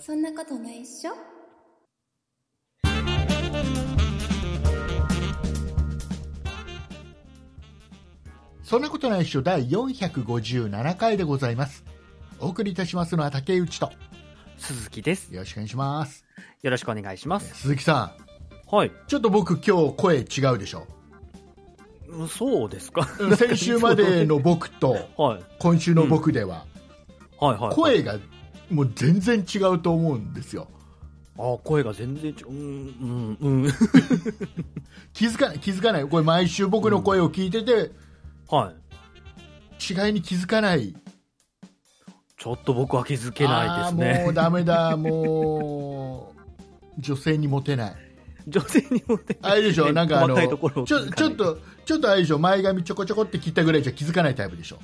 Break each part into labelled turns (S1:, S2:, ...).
S1: そんなことないっしょ
S2: そんなことないっしょ第457回でございます。お送りいたしますのは竹内と、
S3: 鈴木です。
S2: よろしくお願いします。
S3: よろしくお願いします。
S2: 鈴木さ
S3: はい。
S2: ん、ちょっと僕今日声違うでしょ。
S3: うんそうです か。
S2: 先週までの僕と
S3: はい。
S2: 今週の僕では、
S3: はいはい。。
S2: 声がもう全然違うと思うんですよ。
S3: あ、声が全然ちょ、うん、うん、 うん。
S2: 気づかない、気づかない。これ毎週僕の声を聞いてて、
S3: はい。
S2: 違いに気づかない。
S3: ちょっと僕は気づけないです
S2: あーもう
S3: ね。
S2: ダメだ、もう、女性にモテない。
S3: 女性にもね。
S2: あれでしょ、
S3: ね
S2: なんかあの、
S3: 細
S2: ち
S3: いところ
S2: ょ
S3: を
S2: ちょ
S3: 気づかない
S2: っと、ちょっとあれでしょ、前髪ちょこちょこって切ったぐらいじゃ気づかないタイプでし ょ。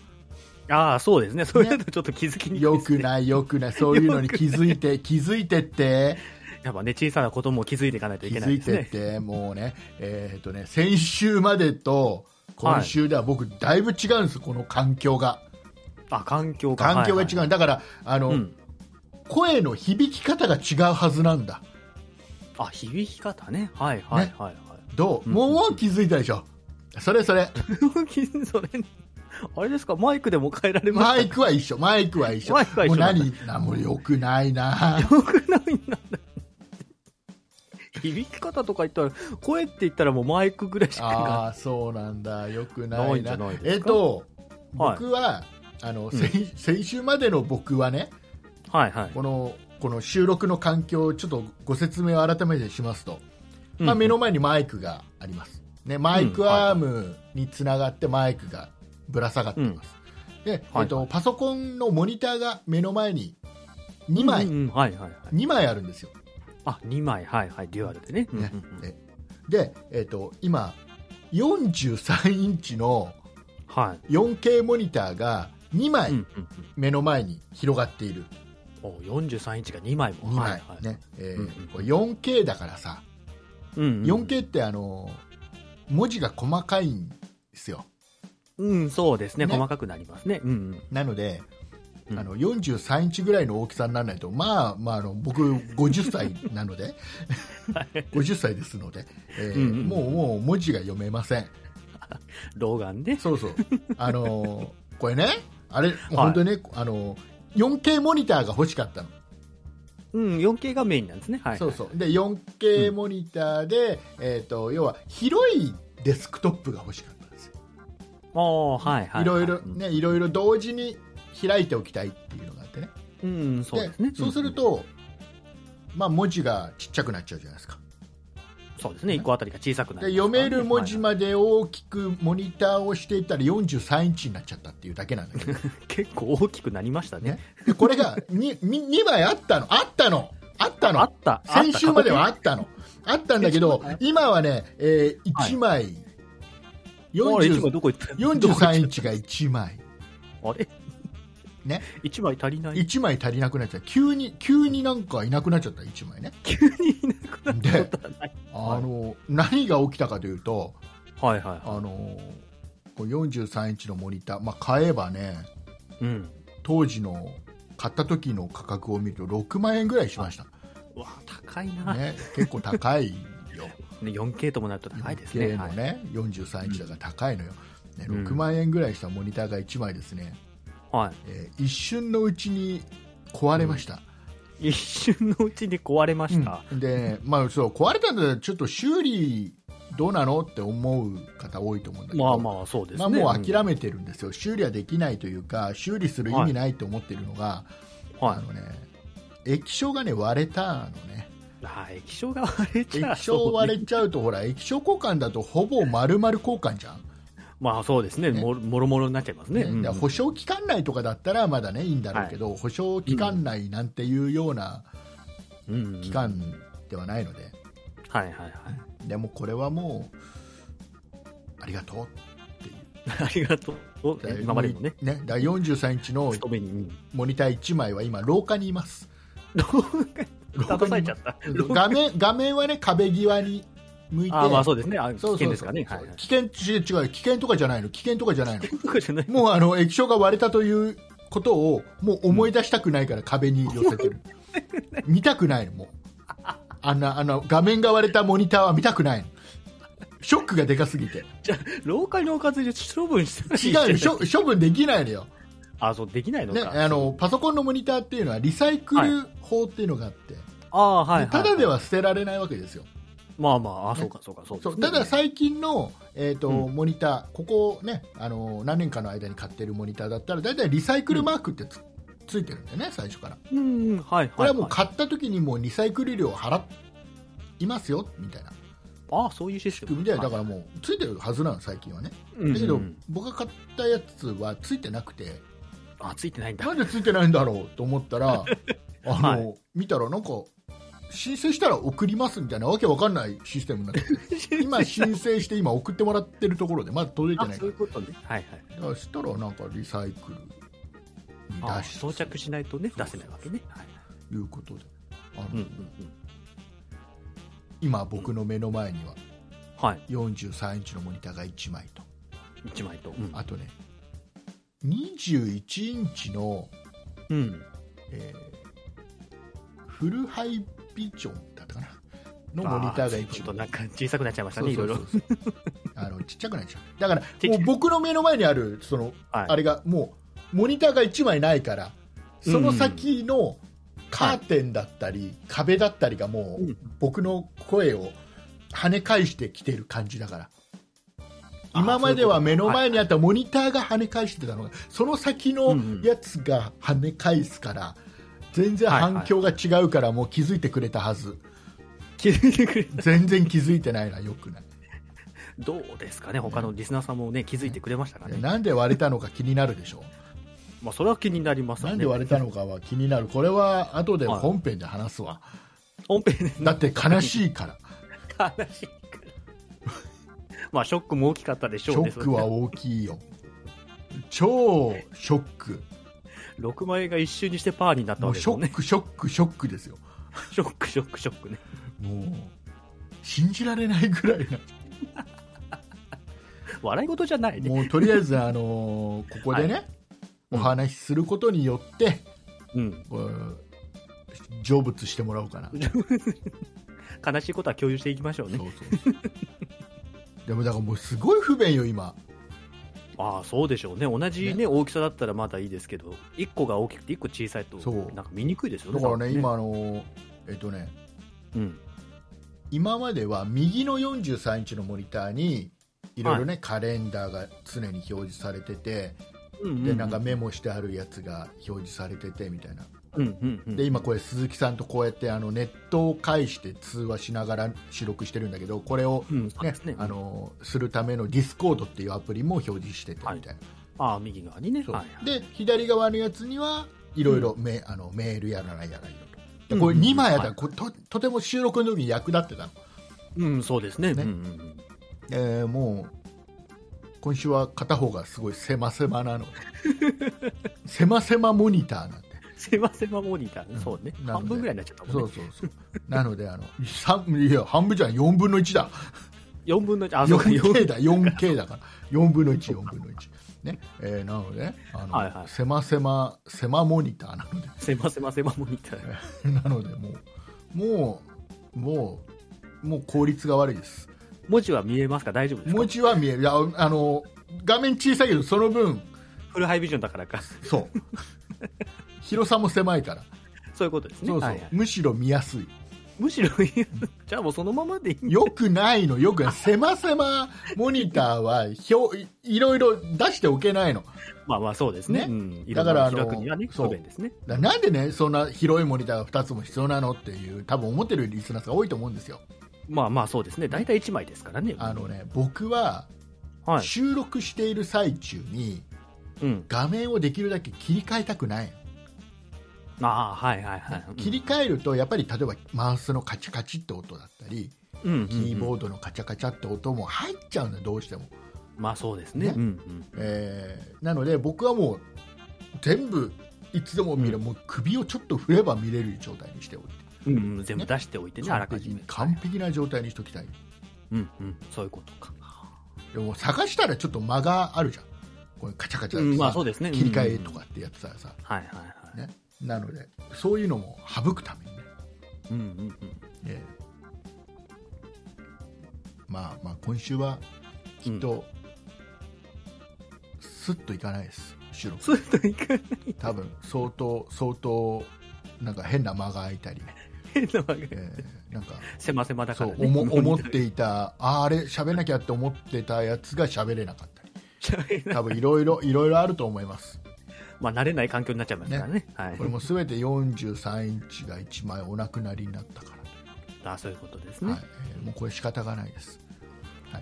S3: ああ、そうですね。それだとちょっと気づきにくい
S2: よ
S3: ですね
S2: くない、よくない、そういうのに気づいて、気づいてって、
S3: やっぱね、小さなことも気づいていかないとい
S2: 気
S3: けな
S2: づ
S3: い
S2: い
S3: です
S2: てっ
S3: ね。
S2: て、もうね、えーっとね、先週までと、今週では僕、だいぶ違うんです、この環境が。
S3: あ、環境が。
S2: 環境が違う。
S3: はい
S2: だから、あの、
S3: はいうん。
S2: 声の響き方が違うはずなんだ。
S3: あ、響き方ね。はいはい
S2: ね
S3: はいはい。
S2: どう
S3: うん
S2: もう気づいたでしょ。それそれ。
S3: それ、あれですか、マイクでも変えら れました
S2: マイクは一緒、マイクは一緒。
S3: マイクは一緒
S2: もう何、 なもう良くないな。
S3: よくないんだ響き方とか言ったら、声って言ったらもうマイクぐらいしか
S2: ああー、そうなんだ。よくないな。
S3: ないんじゃないですか
S2: えっと、
S3: はい
S2: 僕は、あの、
S3: ん
S2: 先先週までの僕はね、
S3: ない。はいはい。
S2: この、この収録の環境をちょっとご説明を改めてしますと、
S3: うん
S2: まあ、目の前にマイクがあります。ね、マイクアームにつながってマイクがぶら下がってます。で、えっと、パソコンのモニターが目の前に2枚、
S3: うんうんはいはいはい。
S2: 2枚あるんですよ。
S3: あ、2枚、はいはい、デュアルでね。うんうん
S2: ね
S3: うん
S2: えで、えっと今43インチの
S3: はい。
S2: 4K モニターが2枚
S3: うんうん
S2: 目の前に広がっている、
S3: うんお43インチが2枚も。
S2: 2枚、
S3: はいはい
S2: ねえー
S3: うんうん
S2: これ 4K だからさ、
S3: うんうん
S2: 4K ってあの文字が細かいんですよ
S3: うん、そうですね
S2: ね
S3: 細かくなりますね。うんうん。
S2: なので、
S3: うん
S2: あの43インチぐらいの大きさにならないと、まあまあ、あの僕、50歳なの で、50歳ですので、えー
S3: うんうん
S2: もうもう文字が読めません、
S3: 老眼で。
S2: そうそう。あのーこれね、あれ、本当にね、あのー 4K モニターが欲しかったの。
S3: うん、4K がメインなんですね。はい。
S2: そうそう。で、4K モニターで、えっ、と、要は、広いデスクトップが欲しかったんですよ。
S3: おーはいはい。
S2: いろいろ、
S3: うん
S2: ね、いろいろ同時に開いておきたいっていうのがあってね。
S3: うん、そうですね。
S2: そうすると、まあ、文字がちっちゃくなっちゃうじゃないですか。
S3: うん、そうですね。1個あたりが小さくな
S2: で、
S3: り
S2: 読
S3: ますからね
S2: める文字
S3: は
S2: ま
S3: い
S2: で大きくモニターをしていったら43インチになっちゃったっていうだけなんだけ ど。
S3: はい結構大きくなりましたね
S2: ね。でこれが 2, 2枚あったの、あったの、あった
S3: あっ
S2: の、
S3: た。あった
S2: 先週まではあったの、あったんだけど、今はね、えー
S3: はい
S2: 1枚、
S3: あれ、一枚
S2: 40
S3: どこ行った
S2: 43インチが1枚、
S3: あれ
S2: ね
S3: 一枚足りない。
S2: 1枚足りなくなっちゃう、急に、急になんかいなくなっちゃった、1枚ね。
S3: 急にいなくなったことはない。
S2: あの何が起きたかというと、
S3: はいはいは
S2: あのこう43インチのモニター、まあ、買えばね、
S3: い。うん。
S2: 当時の買った時の価格を見ると、6万円ぐらいしました、
S3: うわ、高いな。ね、
S2: ね、結構高いよ。
S3: 4K ともなると高いです
S2: 4K
S3: ね。
S2: の
S3: はい
S2: ね、43インチだから高いのよ、ね、
S3: うん
S2: 6万円ぐらいしたモニターが1枚ですね、
S3: は
S2: えー一瞬のうちに壊れました、
S3: い。一瞬のうちに壊れました。
S2: で、まあ、そう壊れたんだったらちょっと修理どうなのって思う方多いと思うんだけど、
S3: まあまあ、そうです
S2: まあ
S3: ね。
S2: もう諦めてるんですよ、修理はできないというか、修理する意味ないと思ってるのが、
S3: うんは
S2: あのね、液晶がね割れたのね、
S3: い。はい。液晶が割れちゃう。
S2: 液晶割
S3: そう
S2: れ
S3: ね
S2: ちゃうと、ほら、液晶交換だとほぼ丸々交換じゃん。
S3: まあそうですね。
S2: ね
S3: もろもろもろになっちゃいますね。
S2: ね
S3: うん
S2: だから保証期間内とかだったらまだねいいんだろうけど、保証期間内なんていうような
S3: うん
S2: 期間ではないので、
S3: はいはい はい。
S2: でもこれはもうありがとうっていう
S3: ありがとう。
S2: だから
S3: 今までのね。
S2: ねだから43インチの
S3: 勤めに。うん
S2: モニター1枚は今廊下にい ます
S3: 動画、立たされちゃった。
S2: 画面画面はね壁際に向いて
S3: ああ、まあそうですね。あ危
S2: そうそうそう
S3: 険ですかね。はいはい。
S2: 危険違う違う危険とかじゃないの危険とかじゃないの
S3: とかじゃない。
S2: もうあの 液晶が割れたということをもう思い出したくないから壁に寄せてる、
S3: ない。
S2: 見たくないのもうあんなあの画面が割れたモニターは見たくないのショックがでかすぎて
S3: じゃあ、廊下に置かずに処分して
S2: 違 うよしょ処分できないのよ、
S3: あ、そう、できないの
S2: ね、
S3: か。
S2: あのパソコンのモニターっていうのはリサイクル法っていうのがあって、
S3: ああ、はい、はい。
S2: ただでは捨てられないわけですよ
S3: まあまあ、あ、そうか、そうか、そうか。
S2: そうただ
S3: さ、
S2: 最近の、えーと
S3: う
S2: モニターここねあの何年かの間に買ってるモニターだったら大体リサイクルマークってつ,、ついてるんだよね最初から
S3: うん、うんはい、はい。
S2: これはもう買った時にもうリサイクル料を払いますよみたいな
S3: ああ、そういうシステム。
S2: みたいなだからもうついてるはずなの最近はね
S3: ら
S2: だけど、僕が買ったやつはついてなくて
S3: あ、ついてないんだ
S2: な。んでついてないんだろうと思った らあの、
S3: はい
S2: 見たらなんか申請したら送りますみたいなわけわかんないシステムになって て今申請して今送ってもらってるところでまだ届いて
S3: あ、
S2: ない
S3: そういうことね。はい、は
S2: そ
S3: い。
S2: したらなんかリサイクルに
S3: あ
S2: 出し
S3: 装着しないとね、出せないわけね。はい。
S2: ということであの、
S3: うん、うん、うん。
S2: 今僕の目の前には
S3: はい。
S2: 43インチのモニターが1枚と
S3: 一枚と。うん。
S2: あとね21インチの、
S3: うん。
S2: えーフルハイビジョンだったかなのモニターが
S3: あちょ
S2: 1枚
S3: っとなんか小さくなっちゃいました
S2: そ
S3: ね、
S2: う
S3: い
S2: そ
S3: ろいうろ
S2: そ。うそうあのちっちゃくないでしょだから
S3: ちっちゃ
S2: も
S3: い
S2: う僕の目の前にあるその
S3: はい
S2: あれがもうモニターが1枚ないからその先のカーテンだったり、壁だったりがもう
S3: うん
S2: 僕の声を跳ね返してきてる感じだから今までは目の前にあったモニターが跳ね返してたのがその先のやつが跳ね返すから全然反響が違うからもう気づいてくれたはず
S3: 気づいてくれ
S2: 全然気づいてないなよくない
S3: どうですかね、他のリスナーさんもね、気づいてくれましたか
S2: いや
S3: ね。
S2: なんで割れたのか気になるでしょ
S3: まあ、それは気になりますわ
S2: なん
S3: ね。
S2: で割れたのかは気になるこれは後で本編で話すわ、
S3: 本編で
S2: だって悲 しいから
S3: 悲しいから。まあ、ショックも大きかったでし
S2: シ
S3: ょう
S2: ョ
S3: ね。
S2: ックは大きいよ超ショック
S3: 6万円が一瞬にしてパーになった
S2: も
S3: わ
S2: う
S3: けで
S2: シ
S3: すも
S2: ョ
S3: ん
S2: ッ
S3: ね。
S2: クショックショックですよ
S3: ショック、 ショック、ショックね。
S2: もう信じられないぐら いな
S3: 笑い事じゃないね。
S2: もうとりあえずあのーここでね、
S3: うん
S2: お話しすることによって、
S3: うん。
S2: うん成仏してもらおうかな
S3: 悲しいことは共有していきましょうね
S2: そ。うそうそうでもだからもうすごい不便よ 今
S3: ああ、そうでしょうね。同じね、大きさだったらまだいいですけど、1個が大きくて1個小さいと
S2: そう、
S3: なんか見にくいですよ
S2: だ
S3: ね。
S2: から
S3: 多
S2: ね
S3: 分
S2: 今あのーえっとね
S3: うん。
S2: 今までは右の43インチのモニターにいろいろね、カレンダーが常に表示されてて、
S3: うんうん
S2: でなんかメモしてあるやつが表示されててみたいな、
S3: うんうんうん
S2: で今これ鈴木さんとこうやってあのネットを介して通話しながら収録してるんだけどこれを
S3: うん、そう
S2: ね
S3: ですね。
S2: あのするためのディスコードっていうアプリも表示しててみたいな、
S3: ああ、右側にね。
S2: そう
S3: はいはい
S2: で左側のやつにはいろいろメ,、あのメールやらないやらいろいろでこれ
S3: うんうん
S2: 2枚あったら、
S3: はい
S2: これととても収録の時に役立ってたの
S3: うん、そうですね。
S2: ね
S3: うんうんうん
S2: えーもう今週は片方がすごい狭狭 なの狭狭モニターなんで
S3: 狭狭モニターね、そうね
S2: なの。で
S3: 半分ぐらいになっちゃったもん
S2: そ
S3: ね。
S2: うそうそうなのであの三いや半分じゃない4分の1だ
S3: 4分の1、あ、そうか、4
S2: 4K だ 4K だから4分の14分の1ねえーなのでねあの、
S3: はいはい
S2: 狭狭狭モニターなので
S3: 狭狭狭モニター。
S2: なのでもうもうもうもう効率が悪いです
S3: 文字は見えますか大丈夫ですか
S2: 文字は見えるいやあの画面小さいけどその分
S3: フルハイビジョンだからか。
S2: そう広さも狭いから
S3: そういうことですね。
S2: そうそう、
S3: はいはい
S2: むしろ見やすい
S3: むしろ、じゃあもう そのままでいい。
S2: よくないのよくない狭狭モニターは表いいろいろ出しておけないの
S3: まあまあそうですね。
S2: ね
S3: うん。いろ
S2: だ
S3: ん
S2: から
S3: な
S2: あの
S3: 開くにはね、
S2: そう
S3: 不便ですね。
S2: だなんでねそんな広いモニターが2つも必要なのっていう多分思ってるリスナーさんが多いと思うんですよ
S3: まあまあそうですね。大体1枚ですからね。
S2: あのね僕は
S3: はい。
S2: 収録している最中に
S3: うん。
S2: 画面をできるだけ切り替えたくない
S3: ああ、はいはいはい。うん
S2: 切り替えるとやっぱり例えばマウスのカチャカチって音だったり
S3: うんうんうん
S2: キーボードのカチャカチャって音も入っちゃうんだよどうしても、
S3: まあそうですね。
S2: ね
S3: うんうん。
S2: えーなので僕はもう全部いつでも見れる、
S3: う
S2: もう首をちょっと振れば見れる状態にしておいて
S3: うんうん全部出しておいてね、あら
S2: 完
S3: か
S2: 璧
S3: じめ
S2: に。完璧な状態にしときたい
S3: うんうん。そういうことか。
S2: でも探したらちょっと間があるじゃんこれカチャカチャ
S3: う
S2: ってさ
S3: ん、まあそうですね。
S2: 切り替えと
S3: うん。
S2: かってやってたらさ、
S3: はいはいはい。
S2: ねなのでそういうのも省くためにね
S3: うんうんうん
S2: ええまあまあ今週はきっと、スッといかないです収録
S3: そういうのいかない
S2: 多分相当相当なんか変な間が空いたり、
S3: 変なわけ
S2: え えなんか
S3: 狭狭だか
S2: そ
S3: ら
S2: う
S3: ね
S2: 思思っ
S3: って
S2: いたああれ喋んなきゃって思ってたやつが喋れなか ったり
S3: ちゃいな
S2: 多分いろいろいろいろあると思います
S3: まあ慣れない環境になっちゃいますからねはい
S2: これも全て43インチが1枚お亡くなりになったから
S3: あそういうことです
S2: と、
S3: ね、
S2: はいええもうこれ仕方がないです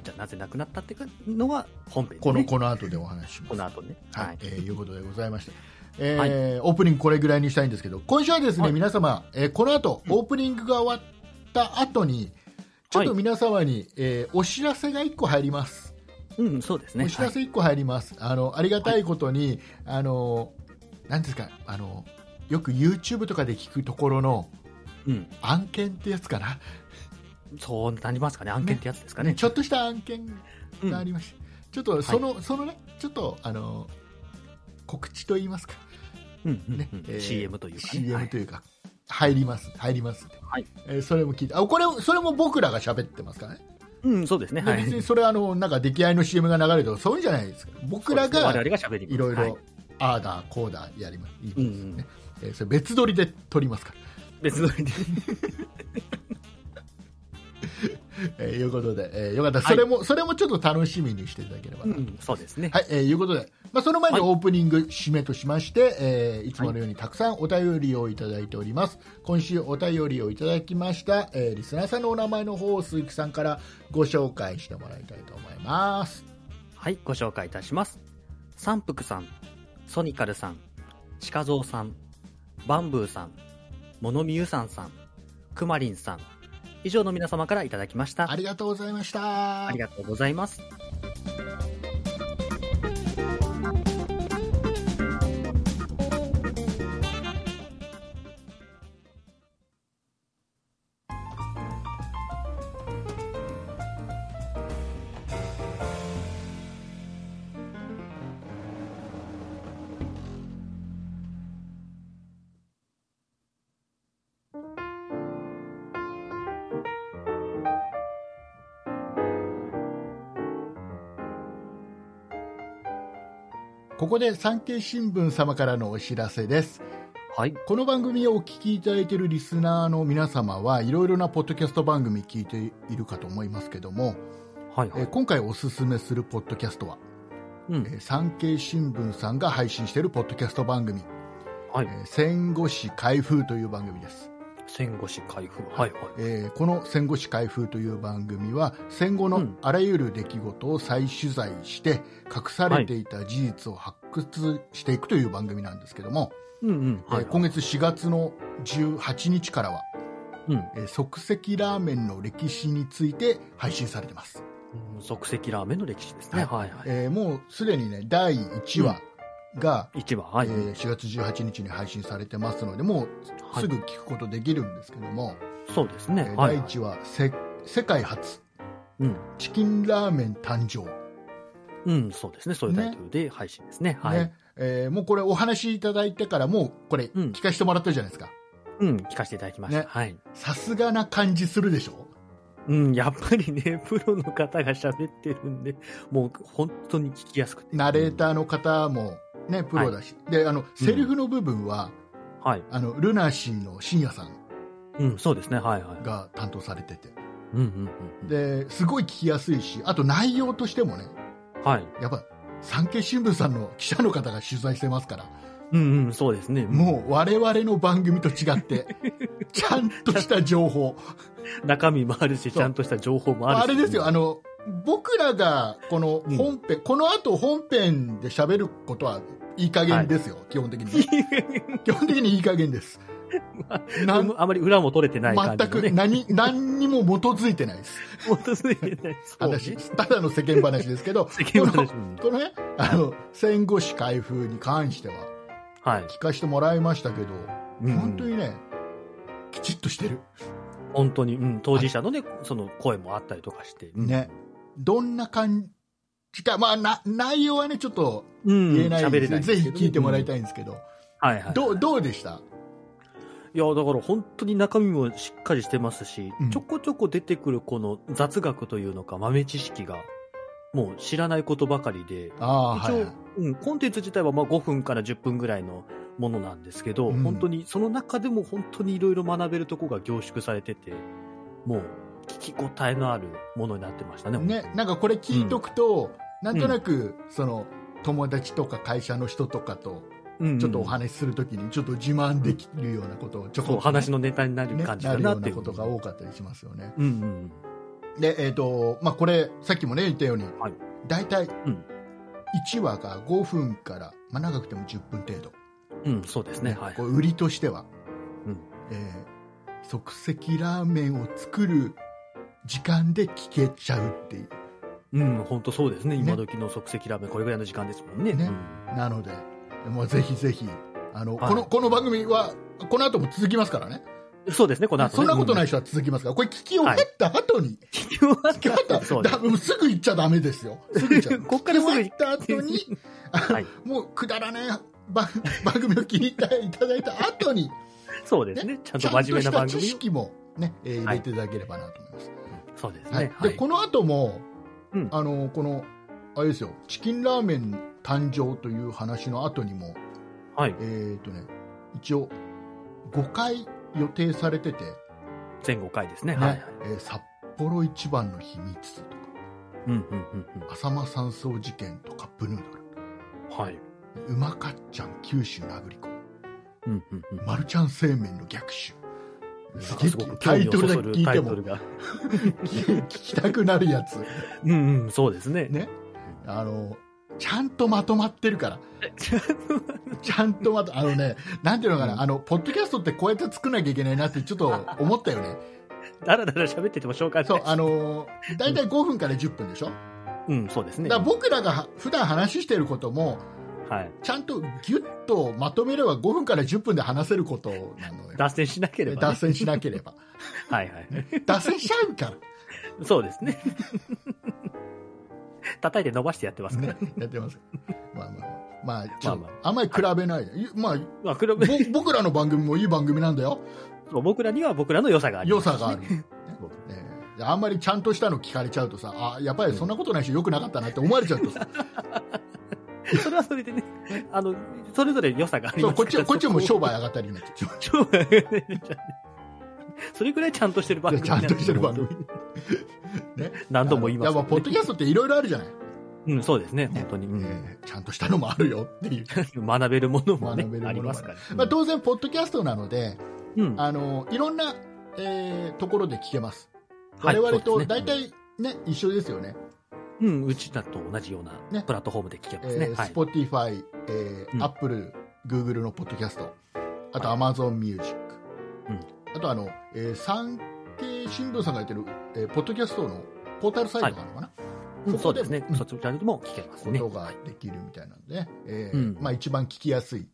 S3: じゃあなぜ亡くなったってかのは本編、ね、
S2: このこの後でお話しします
S3: この後ね
S2: はい、
S3: はい
S2: えーいうことでございま して、えー
S3: はい
S2: オープニングこれぐらいにしたいんですけど今週はですね、
S3: はい
S2: 皆様、えーこの後
S3: うん
S2: オープニングが終わった後にちょっと
S3: はい
S2: 皆様に、えーお知らせが1個入ります、
S3: うんそうですね
S2: お知らせ1個入ります、あのありがたいことに、あのなんですかあのよく YouTube とかで聞くところの
S3: はい、うん
S2: 案件ってやつかな、
S3: そうなりますかね案件ってやつですかね
S2: ねちょっとした案件
S3: うん
S2: がありまして、ちょっとその、そのねちょっとあの告知と言いますか
S3: うんうん
S2: ね
S3: うん
S2: えー
S3: CM というか、ね、は
S2: CM
S3: い
S2: というか、入ります、入りますんで、
S3: はい
S2: えーそれも聞いて、あこれそれも僕らが喋ってますからね、
S3: うんそうですね
S2: で
S3: はい
S2: 別にそれはあのなんか出来合いの CM が流れるとか、そういうんじゃないですから、僕ら
S3: そうですね
S2: が
S3: 我々が喋ります
S2: いろい
S3: はい
S2: ろ、ああだ、こうだやります、いいですね
S3: うんうん
S2: えーそれ別撮りで撮りますから。
S3: 別 撮りで
S2: えーいうことで、えーよかったら、
S3: はい
S2: それも、それもちょっと楽しみにしていただければ
S3: う
S2: なと。
S3: んそうですね
S2: はい、えーいうことで、まあ、その前に
S3: はい
S2: オープニング締めとしまして、えーいつものようにたくさんお便りをいただいております。今週お便りをいただきました、えーリスナーさんのお名前の方を鈴木さんからご紹介してもらいたいと思います。
S3: はい、ご紹介いたします。三福さん、ソニカルさん、チカゾウさん、バンブーさん、モノミユさんさん、くまりんさん、以上の皆様からいただきました。
S2: ありがとうございました。
S3: ありがとうございます。
S2: ここで産経新聞様からのお知らせです。
S3: はい、
S2: この番組をお聞きいただいているリスナーの皆様はいろいろなポッドキャスト番組聞いているかと思いますけども、
S3: はい、は
S2: えー
S3: い。
S2: 今回おすすめするポッドキャストは、
S3: う
S2: え
S3: ん、
S2: ー産経新聞さんが配信しているポッドキャスト番組「
S3: は
S2: え
S3: い。
S2: ー戦後史開封」という番組です、
S3: 戦後史開封。はい、はい。
S2: えーこの「戦後史開封」という番組は戦後
S3: う
S2: の
S3: ん
S2: あらゆる出来事を再取材して隠されていた事実を発掘していくという番組なんですけども、
S3: うん、うん、はい。
S2: えー今月4月の18日からは、
S3: うん
S2: えー即席ラーメンの歴史について配信されてます、
S3: うん即席ラーメンの歴史ですね。はい、はい。
S2: えーもうすでにね第1話が、
S3: 一番、はい
S2: え。ー4月18日に配信されてますのでもう
S3: はい
S2: すぐ聞くことできるんですけども、
S3: そうです
S2: え
S3: ね。
S2: ー
S3: はい。
S2: 第1話せ世界初
S3: うん、
S2: チキンラーメン誕生」
S3: うん、そうですね。そういうタイトルで配信ですね。はい
S2: ね。えーもうこれお話しいただいてからもうこれ
S3: うん
S2: 聞かせてもらったじゃないですか
S3: うん、聞かせていただきまし
S2: ね
S3: た。はい。
S2: さすがな感じするでしょ
S3: うん、やっぱりね、 プロの方が喋ってるんで、もう本当に聞きやすくて。
S2: ナレーターの方も、ね、プロだし、であのセリフの部分は、
S3: はい。
S2: あのルナシーの深夜さん
S3: うん、そうですね。はいはい。
S2: が担当されてて
S3: うんうんうん。、
S2: ですごい聞きやすいしあと内容としてもね
S3: はい。
S2: やっぱ産経新聞さんの記者の方が取材してますから
S3: うんうん、そうですね。
S2: もう我々の番組と違って ちゃんとした情報
S3: う、中身もあるし、ちゃんとした情報もある
S2: あ
S3: し。
S2: れですよ あの僕らがこの
S3: うん
S2: 本編、この後本編で喋ることはいい加減ですよ、基本的に基本的にいい加減 ですな
S3: あ
S2: ん
S3: んあまり裏も取れてない感じ
S2: 全
S3: の
S2: く
S3: ね。
S2: 何何にも基づいてないです、
S3: 全く。続いてない。そうね
S2: 私ただの世間話ですけど
S3: 世間話。うん
S2: このねあの戦後史開封に関しては
S3: はい。
S2: 聞かせてもらいましたけど、
S3: うん
S2: 本当にねきちっとしてる、
S3: 本当に、うん、当事者のね、その声もあったりとかして。うん。
S2: ねどんな感じか、まあ、な内容はねちょっと
S3: うん、
S2: 言えない
S3: 喋
S2: で
S3: れ
S2: す
S3: ないんです
S2: ぜ
S3: け
S2: ひ
S3: どね
S2: 聞いてもらいたいんですけど、
S3: はいはい。
S2: どうどうでした
S3: いいや、だから本当に中身もしっかりしてますし、
S2: うん
S3: ちょこちょこ出てくるこの雑学というのか豆知識が、もう知らないことばかりで、
S2: ああー
S3: 一応、
S2: はいはい
S3: うん、コンテンツ自体はまあ5分から10分ぐらいのものなんですけど、
S2: うん
S3: 本当にその中でも本当にいろいろ学べるとこが凝縮されててもう聞き応えのあるものになってましたね。
S2: ね、なんかこれ聞いとくと、なんとなくその友達とか会社の人とかと
S3: うん
S2: ちょっとお話しするときにちょっと自慢できるようなことをちょこっ
S3: そう
S2: と
S3: 話のネタにな
S2: ね
S3: る感じ
S2: な
S3: だ
S2: るよ
S3: な
S2: う
S3: って
S2: な
S3: いう
S2: ことが多かったりしますよね。
S3: うんうん
S2: で、えっとまあ、これさっきも、ね、言ったように、
S3: はい
S2: 大体
S3: ん
S2: 1話が5分から、まあ、長くても10分程度、
S3: うん、うん、そうですね。はい
S2: こ。う売りとしては、
S3: うん
S2: えー即席ラーメンを作る時間で聞けちゃうっていう。
S3: うん、本当そうですね。今時の即席ラーメン、これぐらいの時間ですもんね。
S2: ね
S3: うん
S2: なので、もうぜひぜひ、あの、
S3: はい
S2: この、この番組は、この後も続きますからね。
S3: そうですね、この後、ね。。
S2: そんなことないい人は続きますから、これ聞き終わった後に、聞き終わった
S3: そうで
S2: だもうすぐ行っちゃダメですよ。すぐ行っ ちゃダメ
S3: こっからすぐ
S2: 聞き終わった後に、
S3: す。はい。
S2: もうくだらない番 番組を聞いていただいた後 に、
S3: そうですね。ちゃん
S2: ち
S3: と
S2: ゃんと
S3: 真面目
S2: し
S3: な
S2: た
S3: 番
S2: 知
S3: 組。
S2: 識もね、えー入れていただければなと思います。
S3: そうです
S2: はい
S3: ね。はい。
S2: で、この後も、
S3: うん
S2: あの、この、あれですよ、チキンラーメン誕生という話の後にも、
S3: はい
S2: えっ、とね、一応、5回予定されてて、
S3: 前後回ですね。
S2: ね
S3: はい。
S2: えー札幌一番の秘密とか、
S3: うんうんうん
S2: 浅間山荘事件とカップヌード
S3: うん。はい。
S2: ル、うまかっちゃん九州殴り子、
S3: うんうんうん。
S2: マルちゃん製麺の逆襲。す
S3: なん
S2: げ
S3: か
S2: え
S3: すごく
S2: タ
S3: 興
S2: イ
S3: 味を
S2: トルだ
S3: そ
S2: け
S3: そる
S2: 聞い
S3: タ
S2: て
S3: イト
S2: も
S3: ルが。
S2: 聞きたくなるやつ、
S3: うんうん、そうですね。
S2: ね、あのちゃんとまとまってる からちゃんとまとあのねなんていうのかな、
S3: うん
S2: あのポッドキャストってこうやって作らなきゃいけないなってちょっと思ったよね
S3: だらだら喋ってても紹介
S2: そうあの大体5分から10分でしょ、
S3: うん、そうですね。
S2: だから僕らが普段話してることも
S3: はい。
S2: ちゃんとギュッとまとめれば5分から10分で話せることなのよ
S3: 脱線しなければ、
S2: 脱
S3: ね。
S2: 線しなけ れば
S3: はいはい。
S2: 脱線しちゃうか
S3: そうですね。 叩いて伸ばしてやってま
S2: ら
S3: すから。
S2: ねやってますまあまあまあ、ち
S3: ま
S2: ょ
S3: あ
S2: っ
S3: ま
S2: とあんまり比べないで、いまあ
S3: まあ、黒
S2: ぼ
S3: 部
S2: 僕らの番組もいい番組なんだよ、
S3: 僕らには僕らの良さがあり
S2: 良
S3: ます、
S2: さがある、ね
S3: そう
S2: えあんまりちゃんとしたの聞かれちゃうとさ、あやっぱりそんなことないし、よくなかったなって思われちゃうとさ、
S3: それはそれでね、あの、それぞれ良さがあり
S2: そ
S3: ま
S2: う
S3: す
S2: こ
S3: か
S2: っ
S3: ら
S2: ちこっちも
S3: そ
S2: 商
S3: こ
S2: 売上がったりになっちゃう、
S3: 商売がね それぐらいちゃんとしてる番組
S2: ちゃんとしてる番組、
S3: 何度も言いま
S2: や
S3: す
S2: っ
S3: け
S2: ぱ
S3: ど
S2: ポ
S3: ね、
S2: ッドキャストっていろいろあるじゃない、
S3: うん、そうですね、本当に。うん
S2: ええちゃんとしたのもあるよっていう、
S3: 学べるものもね
S2: 学べるものも
S3: ありますから。
S2: まあ、当然、ポッドキャストなので、
S3: うん、
S2: あのいろんな、えーところで聞けます、
S3: は
S2: 我
S3: い
S2: 々
S3: そう
S2: と
S3: ですね
S2: 大体、ね、一緒ですよね、
S3: うん、うちだと同じような
S2: ね
S3: プラットフォームで聞け
S2: え
S3: ますね。
S2: ー
S3: はい。
S2: Spotify、え
S3: う
S2: ー
S3: ん
S2: Apple、Google のポッドキャスト、あと
S3: はい
S2: Amazon Music、
S3: うん
S2: あとあの、えー産経新聞さんがやってる、えーポッドキャストのポータルサイトがあるのかな、
S3: うんそうですね
S2: う。ん
S3: そちらでも聞けますね
S2: こ。とができるみたいなんでね、えー
S3: うん
S2: まあ、一番聞きやすい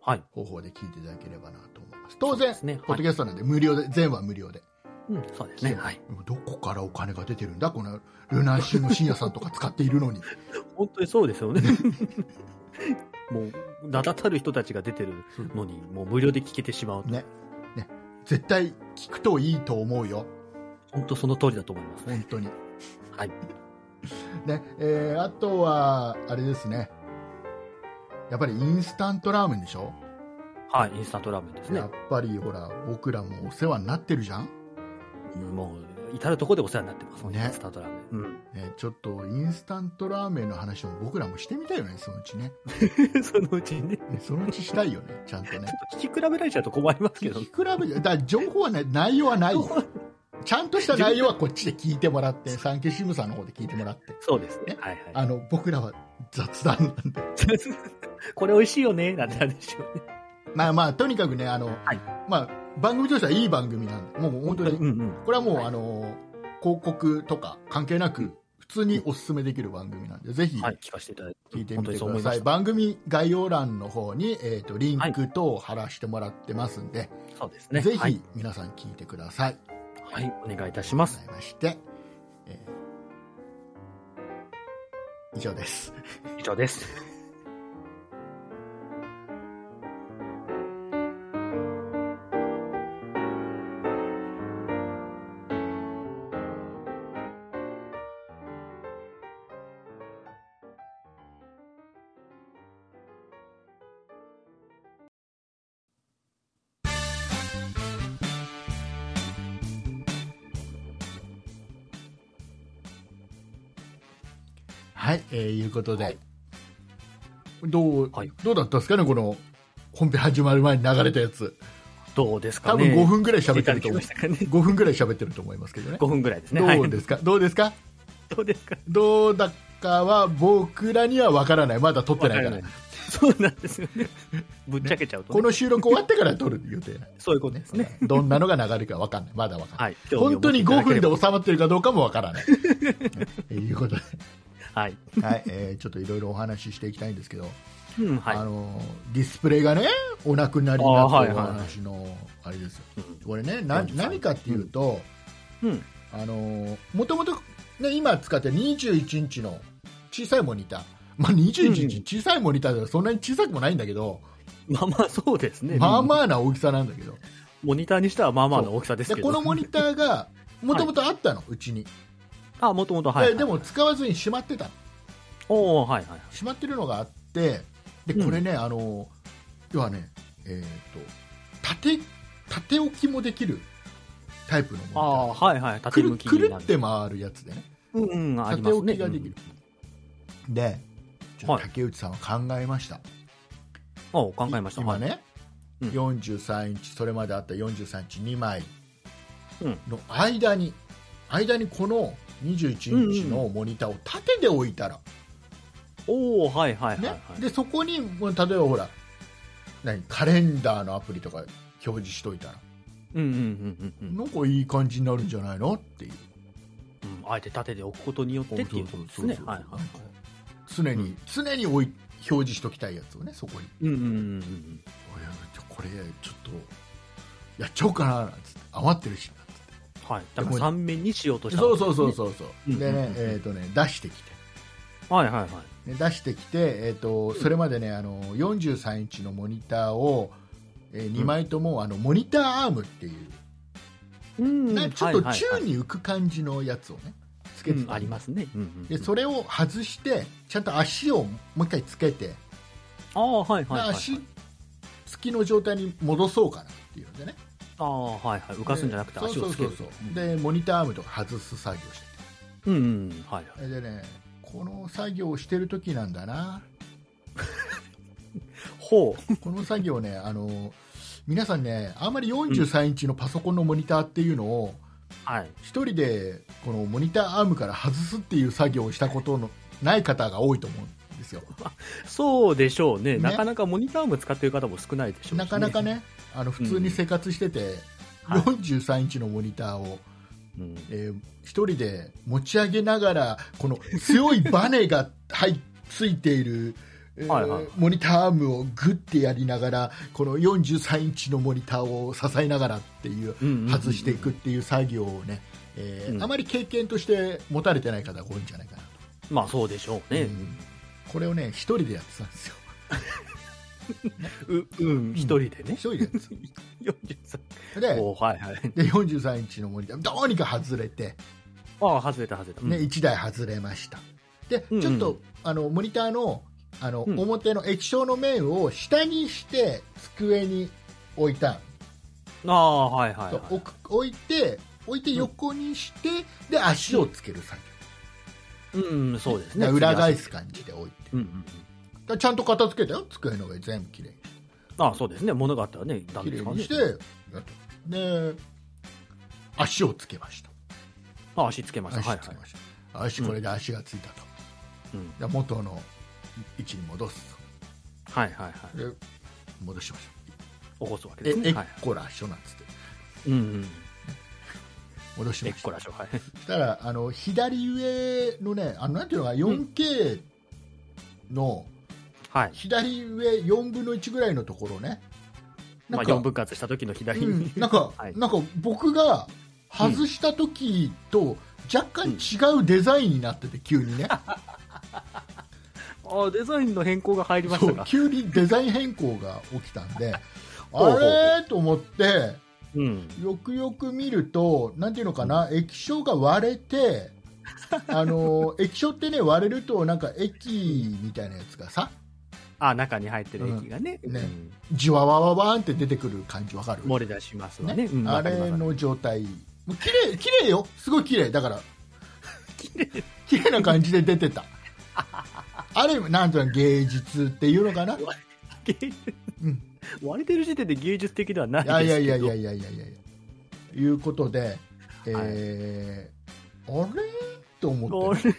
S3: はい。
S2: 方法で聞いていただければなと思います。当然、
S3: そうですね
S2: ポッドキャストなんで無料で、全話無料で。
S3: うん、そうですね。はい。
S2: どこからお金が出てるんだこのルナシーの深夜さんとか使っているのに。
S3: 本当にそうですよね。 もう、名だたる人たちが出てるのに、もう無料で聞けてしまうと。
S2: ね。ね。絶対聞くといいと思うよ。
S3: 本当その通りだと思いますね。
S2: 本当に。
S3: はい。
S2: ね、えーあとは、あれですね。やっぱりインスタントラーメンでしょ、
S3: はい、インスタントラーメンですね
S2: やっ。ぱりほら、僕らもお世話になってるじゃん、
S3: もう、至るところでお世話になってますもんね、
S2: ね
S3: インスタントラーメン。
S2: ね、ちょっとインスタントラーメンの話も僕らもしてみたいよね、そのうちね。
S3: うん。 そのうちにね、
S2: ねそのうちしたいよね、ちゃんとね。
S3: 聞き比べられちゃうと困りますけ
S2: 聞
S3: ど
S2: き。比べじゃ、だから情報はね、内容はないよ。ちゃんとした内容はこっちで聞いてもらって、産経新聞さんの方で聞いてもらって。
S3: そうですね
S2: ね。
S3: はいはい。
S2: あの、僕らは雑談なんで。
S3: これ美味しいよね、なんて話をね。
S2: まあまあ、とにかくね、あの、
S3: い
S2: まあ、番組としてはいい番組なんで、もう本当に
S3: う、んうん。
S2: これはもう、
S3: はい
S2: あの、広告とか関係な
S3: う
S2: く
S3: ん、
S2: 普通にお勧めできる番組なんで、ぜひ
S3: はい、聞かせていただいて。
S2: 聞いてみ
S3: 本当
S2: てく
S3: にそう
S2: だ
S3: 思いま
S2: さい。
S3: した。
S2: 番組概要欄の方に、えっ、と、リンク等を貼らせてもらってますんで、
S3: そうですね。
S2: ぜ
S3: はい
S2: ひ皆さん聞いてください。
S3: はい、お願いいたしま
S2: ご
S3: す。
S2: ざいまして、えー以上です。
S3: 以上です。
S2: はい、えー、いうことで、どう、
S3: はい
S2: どうだったんですかね、この本編始まる前に流れたやつ、
S3: どうですか
S2: 多
S3: ね。
S2: 分5分ぐらい
S3: 喋
S2: 喋ってると思う、
S3: かね。
S2: 5分ぐらい喋ってると思いますけどね、
S3: 5分ぐらいですね。
S2: ど
S3: は
S2: う
S3: い
S2: ですか、どうですか、
S3: どうですか
S2: どうだかは僕らには分からない、まだ撮ってないから、
S3: わそうなんですよね。ぶっちゃけちゃうとね、
S2: この収録終わってから撮る予定なんで
S3: そういうことですすね。
S2: ね、 どんなのが流れるか分かんない、まだ分かんない。
S3: はい。興味を
S2: 本当
S3: 持って
S2: に
S3: いただ
S2: 5
S3: けれ
S2: 分
S3: ば
S2: で収まってるかどうかもわから ない。ということで、
S3: はい。
S2: はいえーちょっといろいろお話ししていきたいんですけど、
S3: うん、はい
S2: あ。のディスプレイがねお亡くなりになった
S3: あー
S2: お
S3: はいはい
S2: 話のあれですよ、
S3: うん
S2: これねな
S3: 43
S2: 何かっていうと、
S3: うん。
S2: あのもともと、ね、今使ってる21インチの小さいモニター、まあ、21インチ小さいモニターではそんなに小さくもないんだけど、
S3: まあまあ、そうですね。
S2: まあ
S3: あ。
S2: まあな大きさなんだけど
S3: モニターにしてはまあまあの大きさです
S2: で
S3: けど。
S2: このモニターがもともとあったの、うちに、
S3: あ、もともと、はい、はい。
S2: ででも、使わずにしまってたの
S3: おおはいはい。
S2: しまってるのがあってでこれね、あの要はね、えー、と縦縦置きもできるタイプの
S3: あ
S2: も
S3: あ、
S2: の
S3: はいはい。
S2: く
S3: 縦
S2: る
S3: 向き
S2: く
S3: に
S2: る
S3: なる。
S2: って回るやつでね
S3: うん、うん、あ
S2: 縦
S3: ります
S2: 置
S3: ね。
S2: きができる、でちょっと竹内さんは考えました、
S3: うん、お考えました。
S2: 今
S3: はい。
S2: ね、
S3: うん
S2: 43インチそれまであった43インチ2枚
S3: うん
S2: の間に、間にこの21インチのモニターを縦で置いたら、
S3: おおはいはいはい、
S2: ね
S3: はい
S2: でそこにもう例えばほら何カレンダーのアプリとか表示しといたら、
S3: うんうんうんうんうん
S2: なんかいい感じになるんじゃないのっていう
S3: うん。あえて縦で置くことによってっていうことで
S2: そうそう
S3: すね。
S2: そうそう
S3: はいはい
S2: なんか常に、
S3: うん
S2: 常に置い表示しときたいやつをねそこに
S3: うんうんうんうん
S2: 俺これちょっとやっちゃおうかななんつって余ってるしなんつって
S3: うん。はい。だから3面にしようとした、
S2: そうそうそう。そうそう、
S3: うん
S2: で
S3: うんうん
S2: ね
S3: うん
S2: えっ、とね出してきて
S3: はいはいはい。
S2: ね出してきて、えー、とそれまでねあの43インチのモニターを、え2枚とも、あのモニターアームっていう
S3: うん
S2: なんかちょっと宙に浮く感じのやつをねつけて
S3: うん、ありますすね。うんうん、
S2: でそれを外してちゃんと足をもう一回つけて、
S3: ああ、はいはい、はい。
S2: 足つきの状態に戻そうかなっていうのでね
S3: ああ、はいはい。浮かすんじゃなくて
S2: で
S3: 足をつける。
S2: そうそうそうそうでモニターアームとか外す作業して
S3: うんうん、はいはい。
S2: てでねこの作業をしてる時なんだな
S3: ほう。
S2: この作業ね、 あの皆さんね、あんまり43インチのパソコンのモニターっていうのを、
S3: はい。
S2: 一人でこのモニターアームから外すっていう作業をしたことのない方が多いと思うんですよ、
S3: そうでしょうね。
S2: ね
S3: なかなかモニターも使ってる方も少ないでしょうし、ね。
S2: なかなか。ね、あの普通に生活してて、
S3: はい
S2: 43インチのモニターを、
S3: うん、
S2: えー一人で持ち上げながら、この強いバネがはいついている。えー
S3: はいはい
S2: モニターアームをグッてやりながらこの43インチのモニターを支えながらっていう
S3: うんうんうん
S2: 外していくっていう作業をね、えー
S3: うん
S2: あまり経験として持たれてない方が多いんじゃないかな
S3: まあそうでしょう
S2: と、
S3: ね。
S2: うんこれをね一人でやってたんですよ
S3: う、うん、一人でね
S2: 一。人でやって
S3: 43
S2: たで
S3: おはいはい。
S2: で43インチのモニターどうにか外れて、
S3: ああ、外れた外れた。
S2: ね
S3: うん
S2: 1台外れましたで
S3: うんうん
S2: ちょっと、あのモニターのあの、
S3: うん
S2: 表の液晶の面を下にして机に置いたん
S3: ああ、はいはい、
S2: そう
S3: はい。
S2: 置く置いて置いて横にして、で足をつける作
S3: うん、そうです
S2: 業、
S3: ね。
S2: で裏返す感じで置いて
S3: うんうんう
S2: だ
S3: ん。
S2: からちゃんと片付けたよ机の上全部きれいに
S3: ああ、そうですね。物があったらね、ダ
S2: きれ
S3: メで
S2: い
S3: すか
S2: に
S3: ね
S2: し。てやったで足をつけました
S3: ああ、足つけました。
S2: 足
S3: はい
S2: つ
S3: は
S2: け
S3: い
S2: ま。した、足これで足がついたと、
S3: うん
S2: で元の位置に戻す
S3: はいはいはい。
S2: とで戻しまし
S3: 起こすわ
S2: た
S3: けで
S2: ですえ
S3: ね。
S2: っ
S3: はい。
S2: こらしょなんつって
S3: うんうん。
S2: 戻し
S3: えっ
S2: まし
S3: こ
S2: た
S3: らしょ、はい。
S2: そしたらあの左上のねあのなんていうのかな 4K の
S3: はい。
S2: 左上4分の1ぐらいのところね
S3: まあ、4分割した時の左
S2: う
S3: に
S2: ん。なんか、
S3: はい
S2: なんか僕が外した時と若干違うデザインになってて、急 にね、
S3: ああ、デザインの変更が入りまし
S2: そ
S3: た
S2: う
S3: か。
S2: 急にデザイン変更が起きたんで、
S3: ほうほうほう
S2: あれと思って、
S3: うん。
S2: よくよく見ると、なんていうのかな、液晶が割れ て、あの液晶ってね、割れると、なんか液みたいなやつがさ、
S3: ああ、中に入ってる液がね、
S2: うんね
S3: うん
S2: じわわわわーんって出てくる感じ、わかる
S3: 漏れ出しますわね。
S2: ね
S3: うん
S2: あれ の状態、もう 綺麗綺麗よ、すごい綺麗だから、綺麗な感じで出てた、ある意味なんとなく芸術っていうのかな、
S3: 芸術
S2: うん、
S3: 割れてる時点で芸術的ではない
S2: い
S3: です
S2: や
S3: けど
S2: いやいやいやいやいやいやいうことで、えーあれと思
S3: こ
S2: って
S3: れ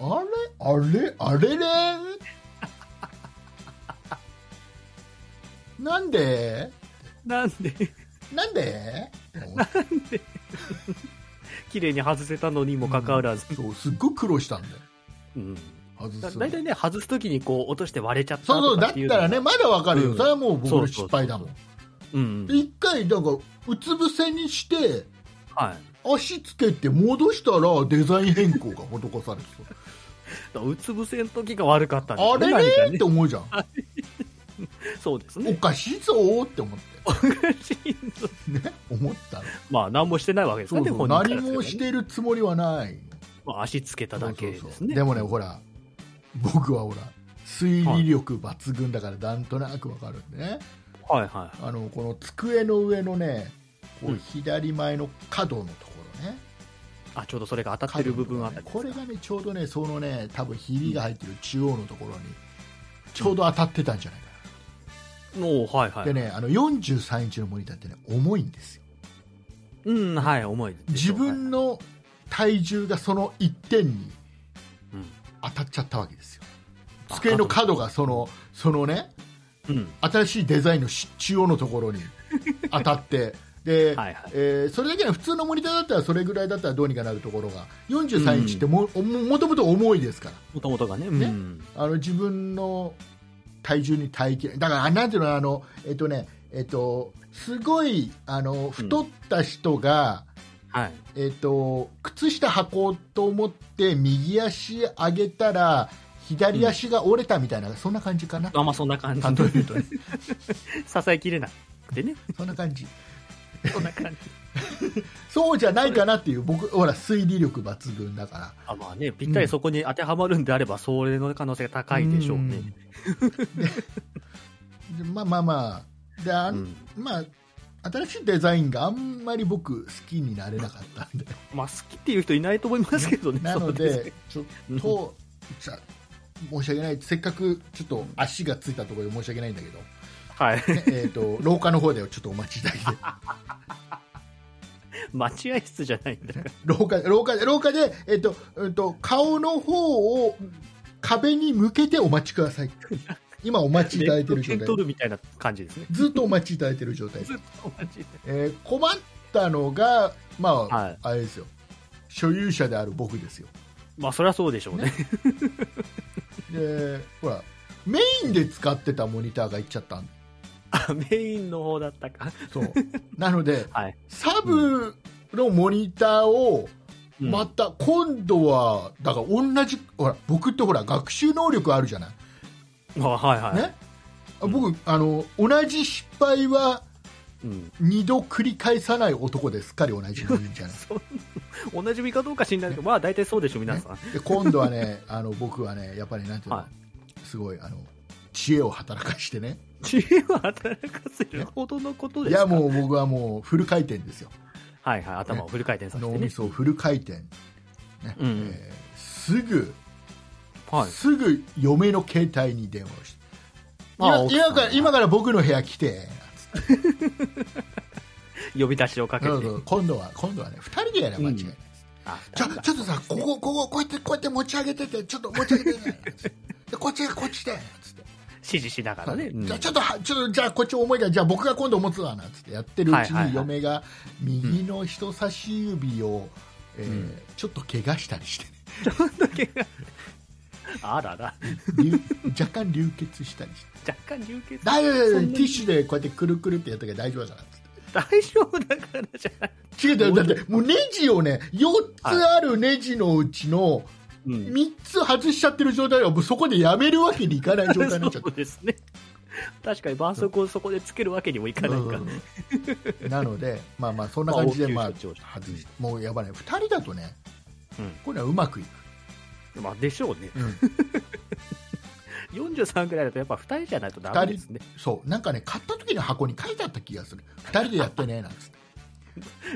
S2: あれあれあれ れなんで
S3: なんで
S2: なんで
S3: 綺麗に外せたのにもかかわらず、
S2: そうすっごい苦労したんだよ
S3: うん、
S2: 外す
S3: だ
S2: の
S3: 大体ね外す時にこう落として割れちゃった
S2: そうそ
S3: と
S2: うだ
S3: か
S2: っ
S3: っていう
S2: たらねまだわかるよ、
S3: うん
S2: それはもう僕の失敗だもん
S3: そううんうん
S2: 一回なんかうつ伏せにして
S3: はい
S2: 足つけて戻したらデザイン変更が施されてた
S3: だからうつ伏せの時が悪か ったんです
S2: あ
S3: よね
S2: れれ
S3: 何
S2: っ
S3: か
S2: て思うじゃん
S3: ねそうです
S2: お
S3: ね
S2: かしいぞーって思って ね思ったの
S3: まあ何もしてないわけです
S2: そ
S3: か
S2: う
S3: らね
S2: そう
S3: 本人
S2: 何
S3: からすればね
S2: もしてるつもりはない
S3: まあ、足つけただけですね
S2: そうそうそうでもねほら僕はほら推理力抜群だからなんとなくわかるんでね、
S3: はいはい
S2: あのこの机の上のねこ
S3: う
S2: うん左前の角のところね、
S3: あちょうどそれが当たっ
S2: 角
S3: て
S2: の
S3: る
S2: と
S3: 部
S2: ころ
S3: 分あ
S2: ね
S3: たりです
S2: これがねちょうどねそのね多分ひびが入ってる中央のところにちょうど当たってたんじゃないか
S3: もうはい
S2: な、
S3: はい
S2: でねあの43インチのモニターってね重いんですよ
S3: うんはい重いでし
S2: 自
S3: ょうはい
S2: 分の体重がその一点に
S3: うん
S2: 当たっちゃったわけですよ
S3: あ
S2: 机の角がそのそのね
S3: うん
S2: 新しいデザインのし中央のところに当た ってで、
S3: はいはい
S2: えーそれだけの普通のモニターだったらそれぐらいだったらどうにかなるところが43インチっても,、ももともと重いですから
S3: もともとがね
S2: ね
S3: うん
S2: あの自分の体重に耐えきれだからあなんていうのあのえっとねえっとすごいあの太った人が、
S3: はい
S2: えっと靴下履こうと思って右足上げたら左足が折れたみたいな、そんな感じかな
S3: あまあそんな感じ
S2: 例えるとね
S3: 支えきれなく てね
S2: そんな感じ
S3: そんな感じ
S2: そうじゃないかなっていう僕ほら推理力抜群だから
S3: あまあねぴったりそこに当てはまるんであればそれの可能性が高いでしょうね
S2: でまあまあまあであ、
S3: うんん
S2: まあ新しいデザインがあんまり僕好きになれなかった んで
S3: まあ好きっていう人いないと思いますけどね
S2: なのでちょっ
S3: うん
S2: とじゃ申し訳ないせっかくちょっと足がついたところで申し訳ないんだけど、
S3: はい
S2: ねえー、と廊下の方でちょっとお待ちいただいて
S3: 待合室じゃないんだから
S2: 廊下廊下で廊下で、えーとうん、と顔の方を壁に向けてお待ちください今お待ちいただいてる状
S3: レッドケ
S2: 態
S3: ン取るみたいな感じですね
S2: ずっとお待ちいただいてる状態です
S3: ずっと同じ
S2: えー困ったのが、まあ
S3: はい
S2: あれですよ所有者である僕ですよ
S3: まあそりゃそうでしょうね
S2: で ほらメインで使ってたモニターがいっちゃったん
S3: あメインの方だったか
S2: そう なので
S3: はい、
S2: サブのモニターを
S3: うん
S2: また今度はだから同じほら僕ってほら学習能力あるじゃない、
S3: まあはいはい、
S2: ね
S3: うん
S2: 僕あの同じ失敗は
S3: うん、
S2: 二度繰り返さない男ですっかり同じもいいんじゃない
S3: 同じ見かどうか知んないけど、まあ大体そうでしょう皆さん、
S2: で今度はね あの僕はねやっぱりなんていうの、
S3: は
S2: すごいあの知恵を働かしてね
S3: 知恵を働かせるほどのこと
S2: い
S3: ですか
S2: やもう僕はもうフル回転ですよ
S3: はいはい頭をフル回転させて
S2: 脳
S3: ね
S2: みそをフル回転、ね
S3: うん
S2: えーすぐ、
S3: はい
S2: すぐ嫁の携帯に電話をして
S3: あ
S2: 今
S3: 奥さん
S2: 今から今から僕の部屋来てなんつって
S3: 呼び出しをかけて
S2: そうそう今度は今度はね2人でやれば間違いない、
S3: うんあ
S2: ちょちょっとさこここここうやってこうやって持ち上げててちょっと持ち上げて ねでこっちこっちでつって
S3: 指示しながらね、うん
S2: じゃあちょっとはちょっとじゃあこっち重いからじゃあ僕が今度持つわなんつってやってるうち
S3: はいはいは
S2: に
S3: い
S2: 嫁が右の人差し指を、えー
S3: うん
S2: ちょっと怪我したりして、ね、
S3: あらら
S2: 流 若干流血したりして
S3: 若干流血
S2: 大丈夫大丈
S3: そ
S2: 夫
S3: ん
S2: テ
S3: な
S2: ィッシュでこうやってくるくるってやったけど大丈夫だからっつって
S3: 大丈夫だからじゃない、
S2: 違う違うだってもうネジをね4つあるネジのうちの
S3: うん、
S2: 3つ外しちゃってる状態はもうそこでやめるわけにいかない状態になっちゃっ
S3: そうですね確かに絆創膏をそこでつけるわけにもいか
S2: た
S3: ないか、
S2: うんなのでまあまあそんな感じでま
S3: ま
S2: あ
S3: あ応
S2: 外
S3: 急処置をして
S2: してもうやばいね2人だとね
S3: うん
S2: これはうまくいく
S3: まあでしょうね
S2: うん
S3: 43ぐらいだとやっぱ2人じゃないとダメですね
S2: そうなんかね買った時の箱に書いてあった気がする2人でやってねなんつっ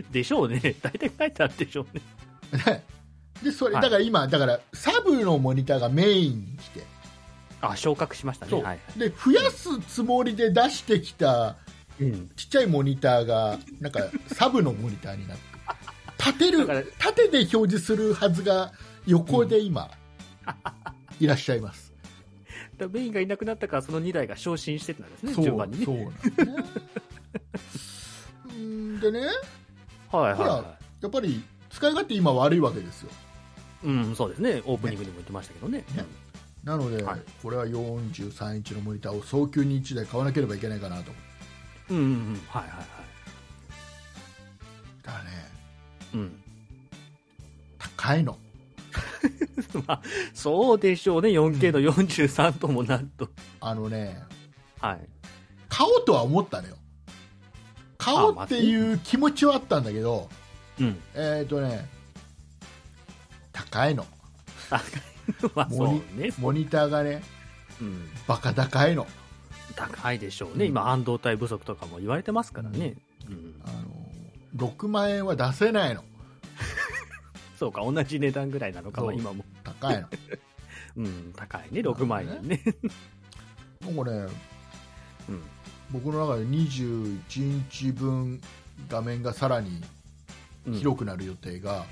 S3: でしょうね大体書いてあるでしょうね
S2: てででそれ
S3: は
S2: だ
S3: い
S2: から今、だからサブのモニターがメインに来て
S3: あ昇格しましたね
S2: そう
S3: はい
S2: で増やすつもりで出してきた
S3: うん、
S2: ちっちゃいモニターがなんかサブのモニターになって縦
S3: だから
S2: る縦で表示するはずが横で今、いらっしゃいます。
S3: だからメインがいなくなったからその2台が昇進してたんですね
S2: そう
S3: 順番にね
S2: そうなんだねうんでね
S3: はいはい
S2: ほ
S3: は
S2: らやっぱり使い勝手今悪いわけですよ
S3: いうんそうですねオープニングにも言ってましたけどね
S2: ねなので、
S3: はい
S2: これは43インチのモニターを早急に1台買わなければいけないかなと
S3: うんうんうんうんはいはいはい
S2: だからね
S3: うん
S2: 高いの
S3: まあそうでしょうね 4K の43ともなんと、
S2: あのね
S3: はい
S2: 買おうとは思ったのよ買おうっていう気持ちはあったんだけど
S3: うん
S2: えっ、とね高いの
S3: あまあそうね、
S2: モニターがね
S3: うん、
S2: バカ高いの
S3: 高いでしょうね、
S2: うん
S3: 今半導体不足とかも言われてますからね、うん
S2: あの6万円は出せないの
S3: そうか同じ値段ぐらいなのか
S2: そ
S3: は
S2: う
S3: 今も
S2: 高 いの
S3: うん高いね6万円ね
S2: なんかね
S3: うん
S2: 僕の中で21日分画面がさらに
S3: うん
S2: 広くなる予定が、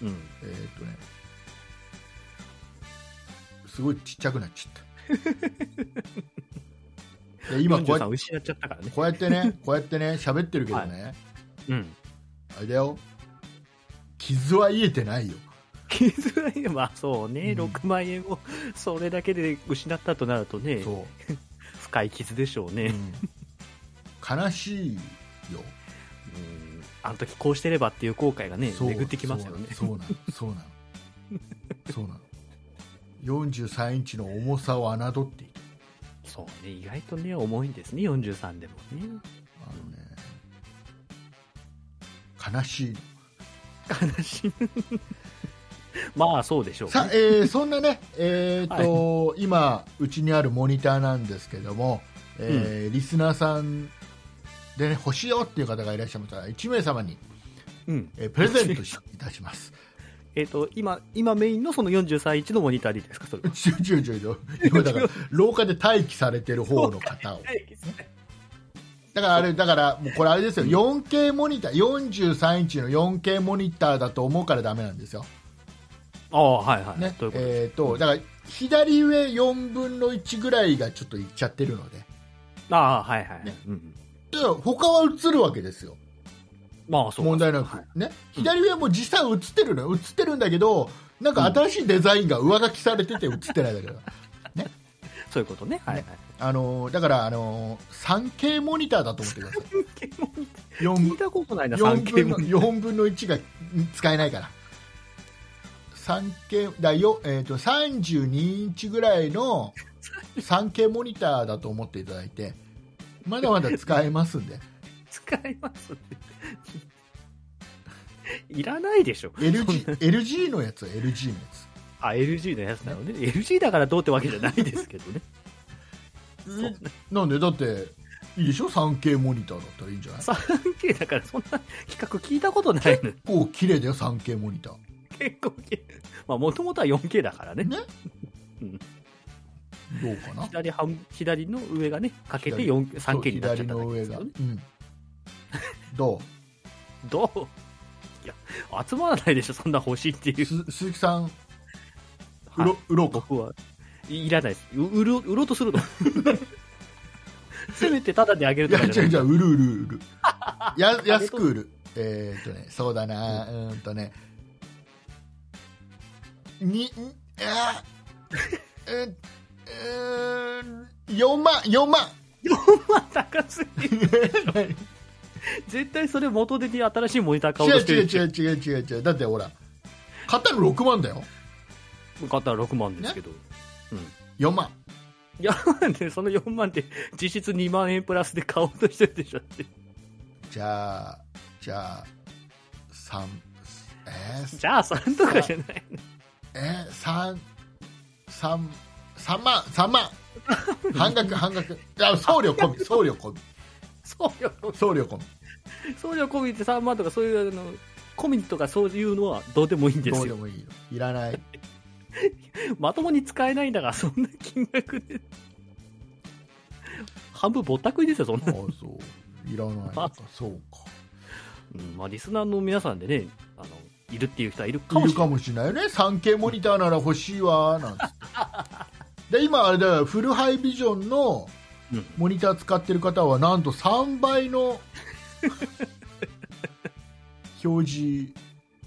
S3: うん
S2: えーっとねすごいちっちゃくなっちゃ ったで今こうや
S3: 43
S2: っ
S3: 失っちゃったからね
S2: こうやってねこうやってね喋ってるけどね、
S3: うん
S2: あれだよ傷は癒えてないよ
S3: 傷はまあそうね、
S2: うん
S3: 6万円を それだけで失ったとなるとね
S2: そ
S3: 深い傷でしょう
S2: う、う
S3: ね、
S2: ん悲しいよ
S3: うん、あの時こうしてればっていう後悔がね
S2: そう
S3: 巡ってきますよね
S2: そうなのそうなのそうなのそうなの43インチの重さを侮っている
S3: そうね意外とね重いんですね43でもね
S2: あのね悲しいの
S3: 悲しい まあそうでしょうね
S2: さ、えーそんなね、えーと今うちにあるモニターなんですけども、えーリスナーさんでね欲しいよっていう方がいらっしゃいましたら1名様に、
S3: うん
S2: えープレゼントいたします
S3: えっ、と今今メインのその43インチのモニターでいいですかそれは
S2: ちょちょちょちょ今だから廊下で待機されてる方の方をだからあれだからもうこれあれですよ 4K モニター43インチの 4K モニターだと思うからダメなんですよ、
S3: ああはいはい、
S2: ね
S3: ということで、
S2: えー、とだから左上4分の1ぐらいがちょっといっちゃってるので
S3: ああはいはい、
S2: ね
S3: うん
S2: だから他は映るわけですよ
S3: まあそうか
S2: 問題なく、
S3: はい
S2: ね、左上も実際映ってるのよ映ってるんだけどなんか新しいデザインが上書きされてて映ってないだけど、
S3: そういうことねはいはい、
S2: あのーだから、あのー 3K モニターだと思ってください
S3: 3K モニタ
S2: 4
S3: ー
S2: 分
S3: 聞いたことないな
S2: 4
S3: 3K
S2: 分の
S3: モニ
S2: 4分の1が使えないから 3K だよ、えー、と32インチぐらい の 3K モニターだと思っていただいてまだまだ使えますん で
S3: ター使いますね いらないでしょ
S2: LG, LG のやつは LG のや
S3: あ LG のやつなのね LG だからどうってわけじゃないですけどね
S2: つえなんでだっていいでしょ 3K モニターだったらいいんじゃない
S3: 3K だからそんな企画聞いたことないの
S2: こう綺麗だよ 3K モニター
S3: 結構まあもともとは 4K だからね
S2: ね
S3: うん
S2: どうかな
S3: 左半左の上がねかけて
S2: 左
S3: 4K 3K になっち
S2: 左
S3: ゃっただ
S2: の
S3: けで
S2: 上
S3: す
S2: が、
S3: よ
S2: う
S3: ね
S2: ん、ど
S3: どういや集まらないでしょそんな欲しいっていうう、
S2: す鈴木さんう
S3: はい
S2: ろうろうか
S3: 僕はいいらないですう売る売ろうと するのせめてタダであげる
S2: い
S3: と
S2: や
S3: か
S2: 違う
S3: じゃない
S2: 違う売る売る 売るや安く売るえーっとねそうだなうーんとねにんあーうーんうーん4万4万
S3: まあ高すぎる絶対それ元手に新しいモニター買おうとして
S2: 違う違
S3: る
S2: う違う違う違う違うだってほら買ったの6万だよ
S3: 買ったら6万ですけど、
S2: 4万
S3: いやなんでその4万って実質2万円プラスで買おうとしてるでしょって
S2: じゃあじゃあ3えー、
S3: じゃあ3とかじゃない
S2: えー、三三三万三 万半額半額あ送料込み送料込み
S3: 送料込
S2: 送料込み
S3: み送料込みって3万とかそういうあのコミとかそういうのはどうでもいいんで
S2: どう
S3: す
S2: で
S3: よ。
S2: もいいよいらない
S3: まともに使えないんだから、そんな金額で。半分ぼったくりですよ、そん
S2: あ
S3: な。
S2: そういらないのかそうか
S3: うん、まあ、リスナーの皆さんでね、あの、いるっていう人はいるか
S2: い
S3: も
S2: る
S3: しれな
S2: か
S3: い。
S2: もしれないよね 3K モニターなら欲しいわなんつってで今あれだよフルハイビジョンの
S3: うん
S2: モニター使ってる方はなんと3倍 の表示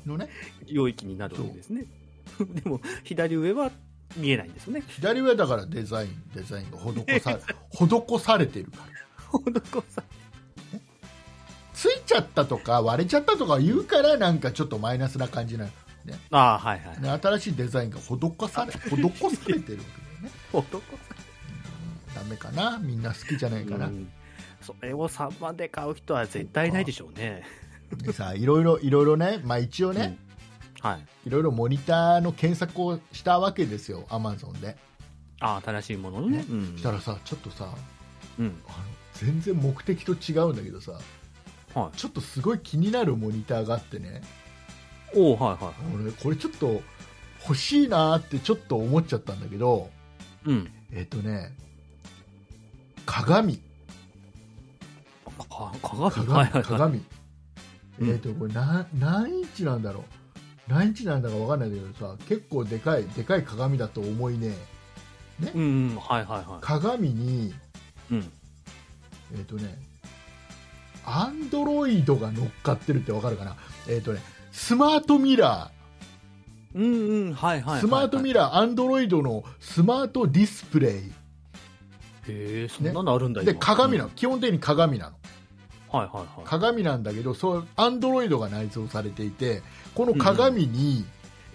S2: のね
S3: 領域になるわけですね。 でも、左上は見えないんですよね。
S2: 左上だからデザインデザインが施さ 施されてるから
S3: 施さ
S2: ついちゃったとか割れちゃったとか言うからなんかちょっとマイナスな感じなの
S3: ああ、はいはい。
S2: ね、新しいデザインが施され施されてるわけだよね
S3: 施
S2: ダメかなみんな好きじゃないか
S3: さ
S2: な、
S3: うんそれを3万で買う人は絶対いないでしょうね。
S2: でさいろいろいろいろね、まあ、一応ね、
S3: うんはい。
S2: いろいろモニターの検索をしたわけですよアマゾンで
S3: ああ、新しいもののね
S2: ね。
S3: うん
S2: したらさちょっとさ
S3: うん。
S2: あの全然目的と違うんだけどさ
S3: は
S2: ちょっとすごい気になるモニターがあってね
S3: い。おおはいは
S2: 俺これちょっと欲しいなーってちょっと思っちゃったんだけど
S3: い。うん。
S2: えっ、とね鏡
S3: か鏡
S2: 鏡
S3: はいはいはい。
S2: 鏡、
S3: うん
S2: えっ、とこれな何インチなんだろう何インチなんだか分かんないんだけどさ結構でかいでかい鏡だと思いね
S3: うんうん、はいはいは
S2: 鏡に
S3: い。うん。
S2: えっ、とねアンドロイドが乗っかってるって分かるかなえっ、とねスマートミラ
S3: うんうん、はいはいはいは
S2: ー
S3: い。
S2: スマートミ
S3: へ
S2: ラーアンドロイドのスマートディスプレイ
S3: え、そんなのあるんだ
S2: で鏡な
S3: の
S2: の基本的に鏡なの
S3: はいはいはい。
S2: 鏡なんだけどそうアンドロイドが内蔵されていてこの鏡に、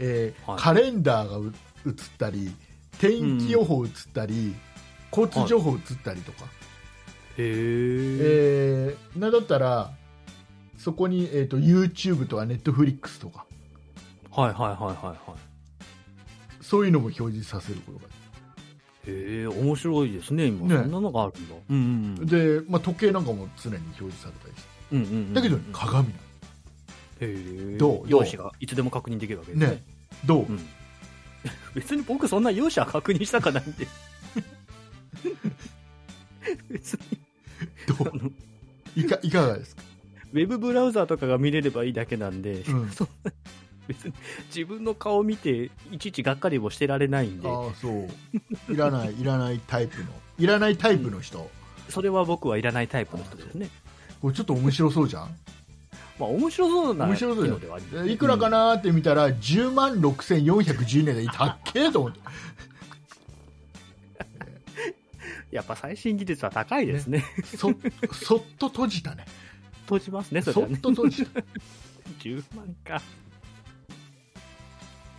S2: えー
S3: はい
S2: カレンダーがう映ったり天気予報映ったり、交通情報映ったりとか、
S3: へえ。
S2: えーなんだったらそこに、えー、と YouTube とか Netflix とか
S3: はいはいはいはいは
S2: そういうのも表示させることが
S3: い。へえ、面白いですね、今。
S2: ね
S3: そんなのがあるんだ。うんうんうん。
S2: で、まあ、時計なんかも常に表示されたりして
S3: うんうんうん
S2: だけど、鏡なの
S3: へえ
S2: どうどう
S3: 容姿がいつでも確認できるわけですね
S2: ねどう、
S3: うん 別に僕そんな容姿は確認したかないんで 別に
S2: どういかいかがですか、
S3: ウェブブラウザーとかが見れればいいだけなんで、
S2: うん
S3: 別に自分の顔見ていちいちがっかりもしてられないんで
S2: ああそういらないいらないタイプのいらないタイプの人、
S3: それは僕はいらないタイプの人ですね
S2: これちょっと面白そうじゃん
S3: まあ面白そうな
S2: 面白そうだよ
S3: のではあります
S2: えいくらかなーって見たら10万6410円でたっけーと思って
S3: やっぱ最新技術は高いですね
S2: そそっと閉じたね
S3: 閉じますねそ
S2: そ
S3: れ
S2: っ
S3: はね
S2: と閉じた
S3: 10万か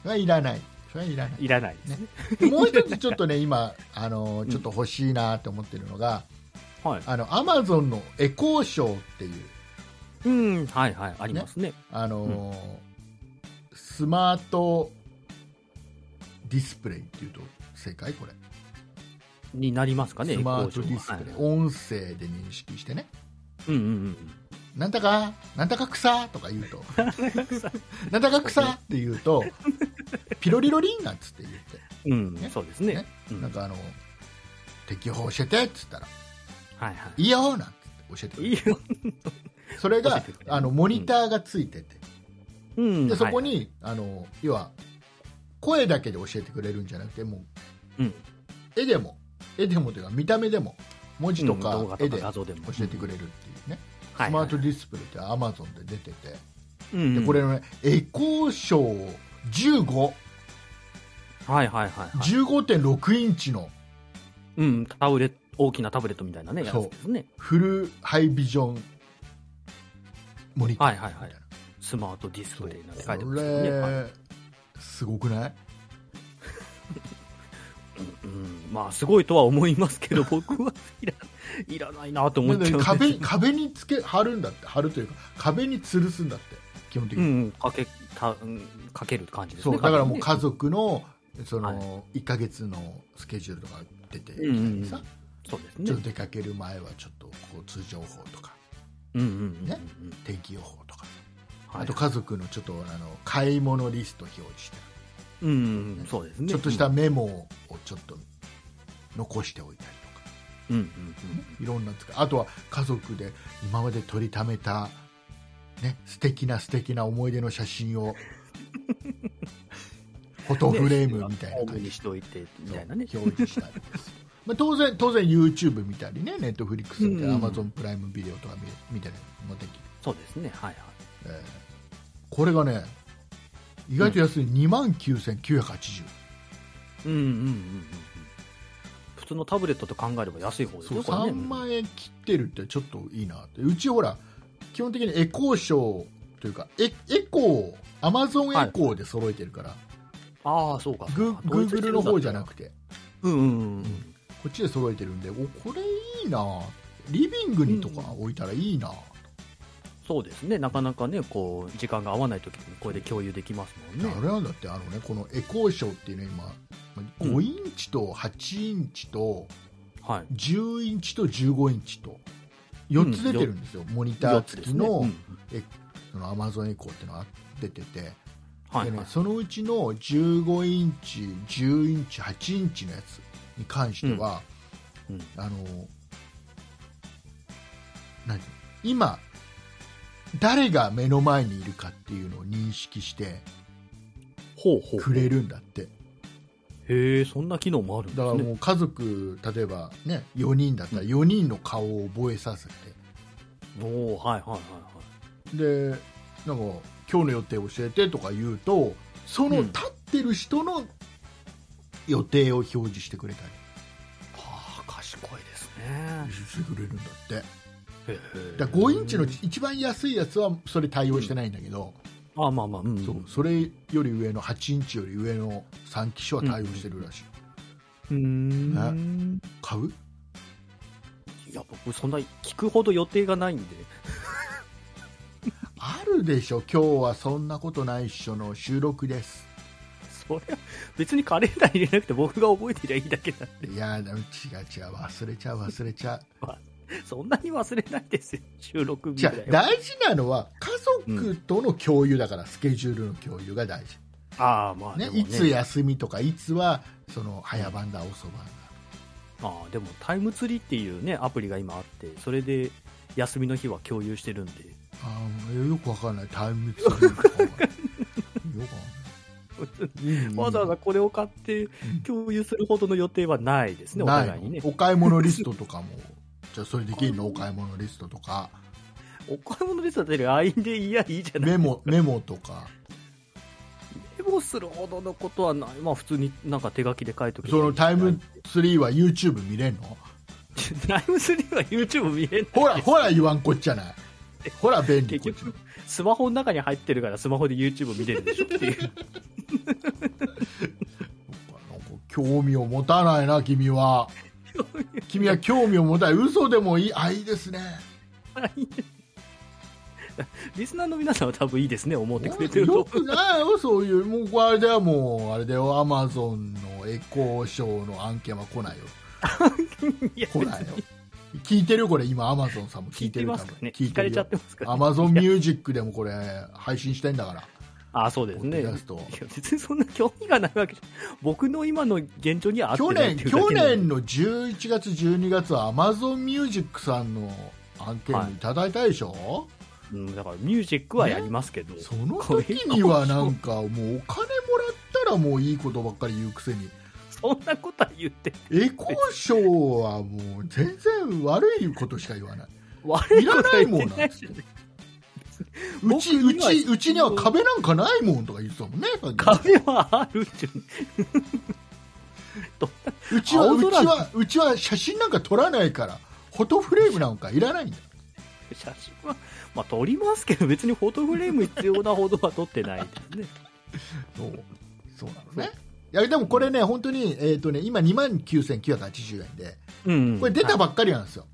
S2: がいらないそれはいらない
S3: いらないですね
S2: もう一つちょっとね今あのーちょっと欲しいなーって思ってるのが、
S3: はい
S2: あのアマゾンのエコーショーっていう
S3: うんはいはいありますね
S2: あのースマートディスプレイっていうと正解これ
S3: になりますかね
S2: スマートディスプレイ、
S3: はい
S2: 音声で認識してね
S3: うんうんうん
S2: なんだかなんだか草とか言うと なんだか草って言うとピロリロリンなんつって言っ
S3: うん、
S2: ね
S3: そうですね。
S2: ね
S3: うん
S2: てなんかあの適法教えてっつったら
S3: はいはい
S2: いいよなんつって教えてくれ
S3: い
S2: る
S3: いよ。
S2: それ
S3: 教え
S2: が
S3: てくれる
S2: あのモニターがついてて、
S3: うん
S2: でそこに、
S3: はい
S2: あの要は声だけで教えてくれるんじゃなくても
S3: はいうん
S2: う絵でも絵でもというか見た目でも文字と
S3: うん動
S2: か
S3: 画
S2: 絵
S3: とか
S2: で教
S3: 画像でも
S2: えてくれるっていうね、
S3: はい
S2: スマートディスプレイってアマゾンで出てて、
S3: うんうん
S2: でこれのねエコーショー15
S3: はいはいはいはい。
S2: 15.6インチの
S3: うん、タブレット、大きなタブレットみたいなね、やつ
S2: そう
S3: ですね。
S2: フルハイビジョンモニター
S3: はい
S2: みた
S3: はいい
S2: な、
S3: はいスマートディスプレイなんて書いて
S2: こ
S3: ますよね。はい
S2: れすごくない
S3: うんうんまあ、すごいとは思います けど、僕はいらいらないなと思っちゃう
S2: で
S3: んで
S2: 壁壁につけ貼るんだって貼るというか壁に吊るすんだって基本的
S3: う
S2: に、
S3: ん、かけ、た、うんかける感じです
S2: そう
S3: ね。
S2: だからもう
S3: 完
S2: 家族のそ
S3: は
S2: の1ヶ月のスケジュールとか出てきた
S3: 全にねうんうんう
S2: り
S3: ん
S2: さ、
S3: そうです
S2: ちょっ
S3: ね。
S2: と出かける前はちょっと交通情報とか
S3: うんうんうんうん。
S2: ね天気予報とか
S3: はいはい
S2: あと家族のちょっとあの買い物リスト表示して
S3: うんうん、そうですね。
S2: ちょっとしたメモをちょっと残しておいたりとか、
S3: うんうんうん
S2: いろんな使いあとは家族で今まで撮りためた、ね、素敵な素敵な思い出の写真 をフォトフレームみたいな
S3: ホーム
S2: 感じ
S3: に
S2: で
S3: しておいてみたいなね。
S2: 表示したりですまあ当然当然 YouTube 見たりね Netflix みたいな
S3: うん
S2: Amazon プライムビデオとか見見たりもできる、
S3: そうですね。はいはい。
S2: えーこれがね意外と安い、2万9980
S3: うんうんうんうんうん。普通のタブレットと考えれば安い方です
S2: そう
S3: よ、これね。
S2: 3万円切ってるってちょっといいなってうちほら基本的にエコーショーというかエエコーアマゾンエコーで揃えてるから、
S3: ああ、そうか。
S2: グーグーグルの方じゃな
S3: て。
S2: くて
S3: うんうんうんうん。
S2: こっちで揃えてるんでおこれいいなリビングにとか置いたらいいな、
S3: そうですね。なかなかね、こう、時間が合わない時にこれで共有できますもん
S2: あ
S3: ね。
S2: れなんだってあの、ね、このエコーショーっていうのは
S3: う
S2: 今
S3: ん
S2: 5インチと8インチと
S3: はい。
S2: 10インチと15インチと4つ出てるんですよ、モニター付きの,、
S3: うん
S2: そのアマゾンエコーっていうのが出てて、
S3: はい
S2: でね
S3: はい。
S2: そのうちの15インチ、10インチ、8インチのやつに関しては、
S3: うんうん
S2: あの何今、誰が目の前にいるかっていうのを認識して
S3: ほうほう。
S2: くれるんだって、
S3: へえ、そんな機能もあるん
S2: だ
S3: で
S2: から
S3: す
S2: も
S3: ね。
S2: う家族、例えば、ね、4人だったら4人の顔を覚えさせて、
S3: おおはいはいはいはい。
S2: でなんか今日の予定教えてとか言うと、その
S3: うん
S2: 立ってる人の予定を表示してくれたり。
S3: ああ、賢いですね。
S2: してくれるんだって
S3: へえ
S2: だから5インチの一番安いやつはそれ対応してないんだけど、
S3: あまあまあ、うん。
S2: そうそれより上の8インチより上の3機種は対応してるらしい、
S3: うーん。
S2: 買う
S3: いや、僕、そんな、聞くほど予定がないんで。
S2: あるでしょ今日はそんなことないっしょの収録です
S3: そりゃ、別にカレンダー入れなくて僕が覚えてりゃいいだ けなんで、
S2: いやーでも違う違う忘れちゃう忘れちゃう
S3: そんなに忘れないですよ、収録日
S2: 違
S3: ぐら
S2: う
S3: いは。
S2: 大事なのは家族との共有だから、スケジュールの共有が大事、
S3: ああ、まあ、
S2: ね
S3: でも
S2: いつ休みとかいつはその早番だ遅番だ
S3: ああ、でも、タイムツリーっていうね、アプリが今あって、それで、休みの日は共有してるんで、
S2: あーよくわかんないタイムツリーとかよくわかんない
S3: わざわざこれを買って
S2: ん
S3: 共有するほどの予定はないですね、お
S2: ない
S3: 互いにね。
S2: お買い物リストとかもじゃあそれできるのお買い物リストとか
S3: お買い物ですよ、だって LINE でいや、いいじゃない。
S2: メモメモとか
S3: メモするほどのことはない。まあ、普通になんか手書きで書いとけば
S2: そ
S3: いい
S2: のタイムツリーは YouTube 見れんの
S3: タイムスリーは YouTube 見えない。
S2: ほらほら言わんこっちゃないほら便利こ
S3: 結
S2: っち
S3: 局、スマホの中に入ってるから、スマホで YouTube 見れるでしょっていう。
S2: なんか興味を持たないな君 は君は興味を持たない嘘でもいいあいいですね
S3: リスナーの皆さんは多分いいですね、思ってくれてる
S2: よ
S3: と。
S2: くないよそういうもうこれではもうあれだよアマゾンのエコーショーの案件は来ないよ
S3: いや、
S2: 来ないよ聞いてるこれ今アマゾンさんも
S3: 聞
S2: 聞
S3: い
S2: い
S3: て
S2: てる
S3: ますかね。
S2: 多分
S3: 聞かれちゃってますか
S2: ア
S3: ね。
S2: マゾンミュージックでもこれ配信してんだから、
S3: あ、そうです
S2: ポッ
S3: ね。い
S2: ドキャ
S3: や
S2: ス、ト
S3: 別にそんな興味がないわけじゃ僕の今の現状には合っ
S2: 去
S3: てないっ
S2: 年
S3: ていうだけ
S2: 去
S3: なんで
S2: 年の11月12月はアマゾンミュージックさんの案件
S3: はい
S2: いただいたでしょ、
S3: うん、だからミュージックはやりますけど。
S2: その時にはなんかもうお金もらったらもういいことばっかり言うくせに
S3: そんなことは言って、
S2: エコーショーはもう全然悪いことしか言わない
S3: 悪
S2: い
S3: い
S2: ら
S3: こ
S2: な
S3: と
S2: い
S3: い
S2: も
S3: も
S2: ん
S3: ん
S2: な
S3: なんん
S2: で
S3: ですす
S2: よ
S3: よ。
S2: うち
S3: 僕
S2: う
S3: には
S2: ちうちには 壁なんかないもんとか言ってたもんねさっき
S3: 壁はあるじゃん。
S2: うちは
S3: 青
S2: うち
S3: 空
S2: はうちは写真なんか撮らないからフォトフレームなんかいらないんだ
S3: 写真は、まあ撮りますけど、別にフォトフレーム必要なほどは撮ってないですね。
S2: そうそうなのねいやでもこれね、本当に、えーとね、今、2万9980円で、
S3: うん、
S2: これ出たばっかりなんですよ、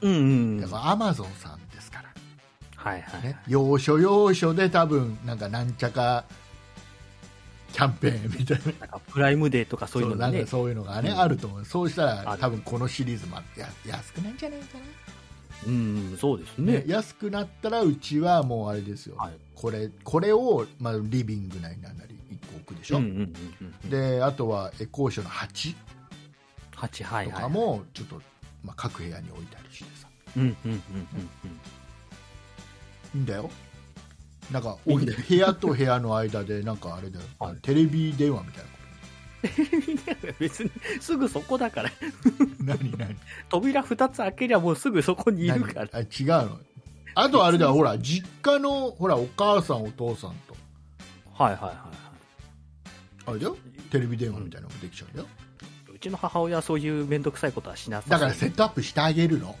S3: うんうん。
S2: だ
S3: は
S2: からアマゾンさんですか
S3: いは
S2: ら、
S3: い
S2: ね。、要所要所で多分なんかなんちゃかキャンペーンみたいな、
S3: なんかプライムデーとかそういう
S2: そう
S3: の
S2: なん
S3: にね
S2: か。そういうのが、ね
S3: うん
S2: あると思う、そうしたら
S3: ある
S2: 多分このシリーズもや安くないんじゃないか
S3: うん、そうです
S2: ね
S3: ね。
S2: 安くなったらうちはもうあれですよ、
S3: はい
S2: これこれを、まあ、リビングなりなんなり1個置くでしょ、
S3: うんうんうんうん。
S2: であとはエコーションの鉢
S3: 八はい
S2: と
S3: はい。
S2: かもちょっと、まあ、各部屋に置いたりしてさ
S3: うんうん うんうん
S2: いいんだよなんか
S3: いい
S2: お
S3: ん
S2: 部
S3: だよ
S2: 屋と部屋の間でなんかあれだよ、
S3: はい
S2: テレビ電話みたいなこ
S3: うん。別にすぐそこだから、
S2: と何何
S3: 扉二つ開けりゃもうすぐそこにいるから。
S2: 何あ違うのあとあれだよほら実家のほらお母さんお父さんと
S3: はいはいはいは
S2: あれだよテレビ電話みたいなのもできちゃうんだよ
S3: い。うちの母親はそういう面倒くさいことはしなさそう
S2: だからセットアップしてあげるの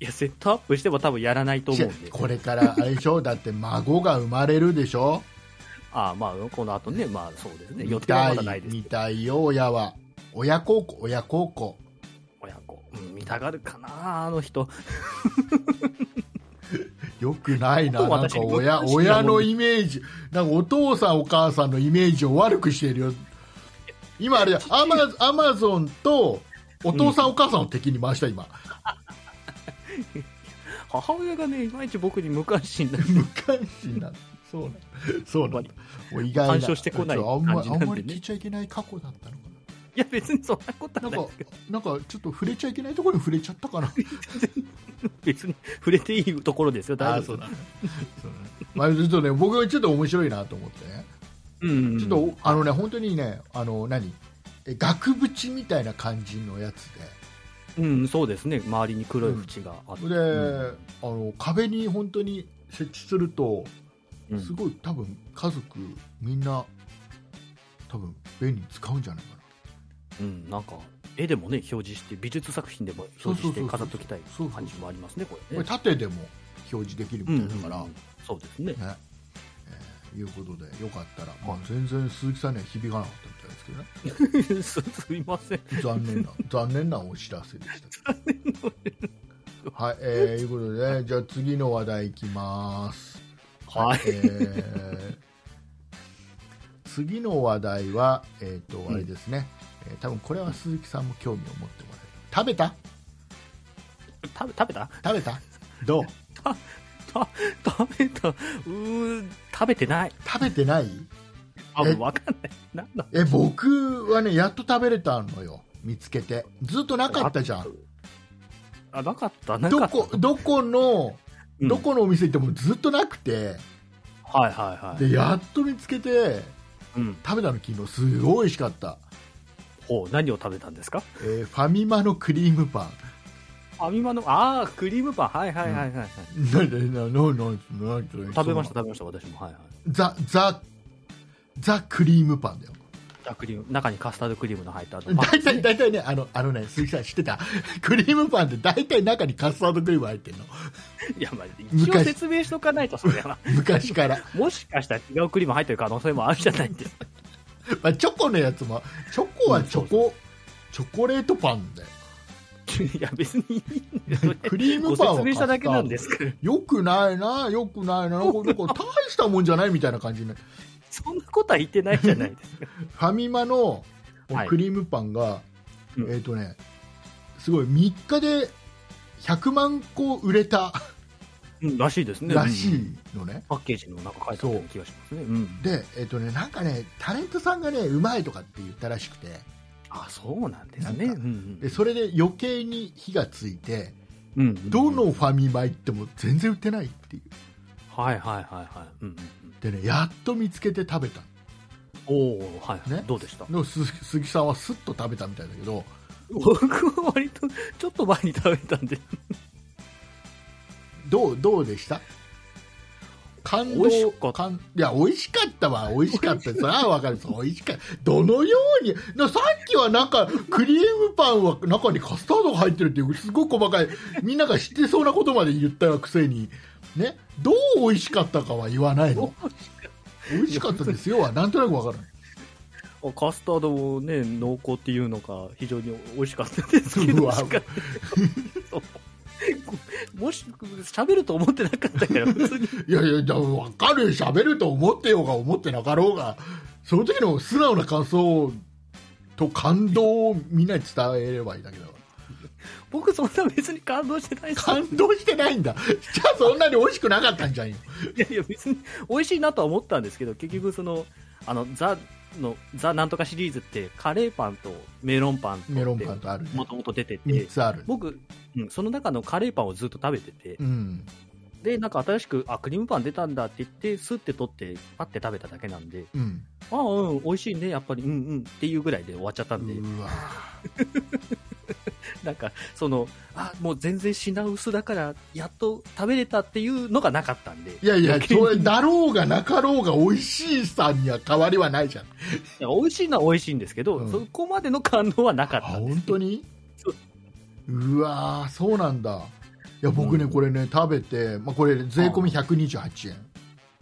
S3: いや、セットアップしても多分やらないと思うんで。
S2: これからあれで しょだって孫が生まれるでしょ
S3: ああ、まあ、この後ね、まあそうですね。予
S2: 見
S3: 定は
S2: た
S3: ま
S2: い
S3: だないですけ
S2: 見
S3: ど。
S2: たいよ親は親孝行親孝行
S3: 親子。うん、見たがるかな、あの人。
S2: よくないな
S3: ちょっと
S2: なん
S3: 私
S2: か親
S3: 難しいな
S2: 親のイメージなんかお父さんお母さんのイメージを悪くしてるよ今あれだ アマアマゾンとお父さんお母さんを敵に回した今
S3: 母親がね、いまいち僕に無関心な
S2: 無関心なんだそうなんだそうなんだもう意外な
S3: 干渉してこない
S2: そうあんま
S3: 感じなんで
S2: あ
S3: ね
S2: んまり聞いちゃいけない過去だったのか
S3: いや、別にそんなこと
S2: な
S3: は
S2: な
S3: な
S2: ん
S3: い
S2: かなんかちょっと触れちゃいけないところに触れちゃったか な
S3: 別に触れていいところですよ、
S2: あ
S3: 大
S2: ーそう
S3: 丈夫
S2: だねそうだねまあ、ちょっとね僕はちょっと面白いなと思ってね、
S3: うん
S2: ちょっとあのね本当にねあの何え額縁みたいな感じのやつ
S3: うん、そうですね、周りに黒い縁があって、
S2: でで、あの壁に本当に設置すると
S3: うん
S2: すごい多分家族みんな多分便利に使うんじゃないかな
S3: うん、なんか、絵でもね、表示して、美術作品でも表示して、飾っときたい
S2: そうそうそう
S3: 感じもありますね、こ
S2: こ
S3: れ
S2: れ
S3: ね。
S2: 縦でも表示できるみたいだから、
S3: うんうんそうですね。
S2: ねえーいうことでよかったら、まあ、全然鈴木さんには響かなかったみたいですけ どね
S3: すすみません。
S2: 残念な残念なお知らせでしたはいえー、いうことで、ね、じゃあ次の話題いきます
S3: はい。
S2: えー次の話題はえっ、とあれですね、えー多分これは鈴木さんも興味を持ってもらえる食べた
S3: 食べ食べた
S2: 食べたどう
S3: た食べたうー食べてない。
S2: 食べてない
S3: 多分わかんない。なんだ
S2: え僕はねやっと食べれたのよ見つけてずっとなかったじゃん。
S3: あ、なかった、なか
S2: ど
S3: った。
S2: こどこの、
S3: うん
S2: どこのお店行ってもずっとなくて
S3: はいはいはい。
S2: でやっと見つけて
S3: うん。
S2: 食べたの昨日すごい美味しかった、
S3: ほう、何を食べたんですか
S2: えーファミマのクリームパン
S3: ファミマの、ああ、クリームパン。はいはいはいはいはい。
S2: ななななななな
S3: 食べまし
S2: その
S3: た食べました私もはいはい
S2: ザザザクリームパンだよ
S3: ザクリーム中にカスタードクリームの入っ た後パン
S2: 大体大体ねあのあのね鈴木さん知ってたクリームパンって大体中にカスタードクリーム入ってるの
S3: いやまあ一応
S2: 昔
S3: 説明しとかないとそれは
S2: 昔から、
S3: もしかしたら違うクリーム入ってる可能性もあるじゃないです か
S2: まあ、チョコのやつもチョコはチョコ、チョコレートパンだよ
S3: いや別にいいんですよ
S2: クリー
S3: ご
S2: ムパンは
S3: 説明しただけなんですけど
S2: よくないな、よくない な、これこれ大したもんじゃないみたいな感じになる
S3: そんなことは言ってないじゃないです か
S2: ファミマの
S3: はい
S2: クリームパンが、
S3: うん
S2: えっ、とね、すごい、3日で100万個売れた
S3: うんらしいですね
S2: らし
S3: うん
S2: いのね。
S3: パッケージの中書いてあるような気がしますねうん
S2: で、えっ、とね、なんかね、タレントさんがね、うまいとかって言ったらしくて、
S3: あそうなんですね
S2: なんでそれで余計に火がついて、
S3: うんうん
S2: どのファミマ行っても全然売ってないっていう。
S3: はいはいはいはいうん
S2: でね、やっと見つけて食べた。
S3: うんうんおおはいはい
S2: ね
S3: どうでした
S2: でも鈴木鈴木さんはスッと食べたみたいだけど、
S3: 僕は割とちょっと前に食べたんで
S2: どうどうでした感
S3: 美味し
S2: 動
S3: かった
S2: 感いや美味しかったわ美味しかったそれは分かるそう美味しかったどのようになさっきはなんかクリームパンは中にカスタードが入ってるっていうすごい細かいみんなが知ってそうなことまで言ったくせにねどう美味しかったかは言わないの美味しかったですよはなんとなく分かる
S3: あカスタードもね濃厚っていうのが非常に美味しかったですけ
S2: う
S3: ど
S2: わ
S3: しかそうもし喋ると思ってなかったから普通に
S2: いやいやじゃあ分かるよ喋ると思ってようが思ってなかろうがそ の時の素直な感想と感動をみんなに伝えればいいだけだから
S3: 僕そんな別に感動してないですよ
S2: 感動してないんだじゃあそんなに美味しくなかったんじゃんよ
S3: いやいや別に美味しいなとは思ったんですけど結局そのあのザのザなんとかシリーズってカレーパンとメロンパンと
S2: メロンパンとあるね
S3: もともと出てて
S2: 3つある
S3: 僕、うん、その中のカレーパンをずっと食べてて
S2: うん
S3: でなんか新しくあクリームパン出たんだって言ってスッて取ってパッて食べただけなんで
S2: うん
S3: ああうん美味しいねやっぱりうんうんっていうぐらいで終わっちゃったんで
S2: うわ
S3: なんかそのあもう全然品薄だからやっと食べれたっていうのがなかったんで
S2: いやいや
S3: 余計に
S2: それだろうがなかろうが美味しいさには変わりはないじゃん
S3: いや美味しいのは美味しいんですけど、
S2: うん
S3: そこまでの感動はなか
S2: あ
S3: ったんです
S2: 本当に
S3: そう
S2: うわーそうなんだいや僕ね、
S3: うん
S2: これね食べて、まあ、これ税込み128円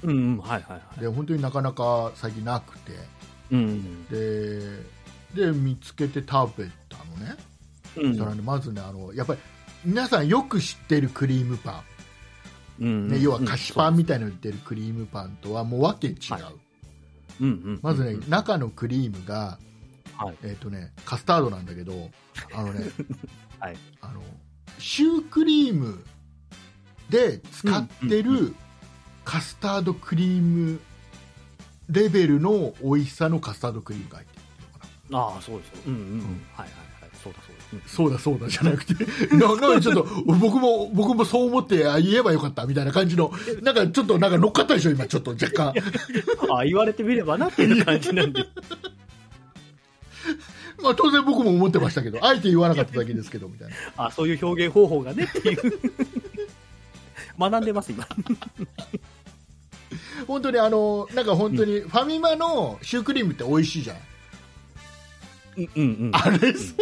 S3: うんうんはいはいはい
S2: で本当になかなか最近なくて
S3: うん
S2: でで見つけて食べたのね、
S3: うんうん
S2: それねまずねあのやっぱり皆さんよく知ってるクリームパ
S3: う
S2: ン、
S3: ん
S2: ね
S3: うん
S2: 要は菓子パ
S3: そう
S2: ンみたいなの売ってるクリームパンとはもうわけ違う、
S3: はいうんうん
S2: まず
S3: う
S2: ね
S3: ん
S2: 中のクリームが、
S3: はい
S2: えっ、とねカスタードなんだけどあのね、
S3: はい
S2: あのシュークリームで使って
S3: うんう
S2: るカスタードクリームレベルの美味しさのカスタードクリームが入ってるのかな
S3: ああそうですようんうん、
S2: ん
S3: はいはいはいそうだそうだ、うん
S2: そうだそうだじゃなくて ななんかちょっと僕も僕もそう思ってあ言えばよかったみたいな感じのなんかちょっとなんか乗っかったでしょ今ちょっと若干
S3: ああ言われてみればなっていう感じなんで
S2: まあ当然僕も思ってましたけどあえて言わなかっただけですけどみたいな
S3: あそういう表現方法がねっていう 学んでます今
S2: 本当にあのなんか本当にファミマのシュークリームって美味しいじゃん
S3: うんうんうん
S2: あれ
S3: うん食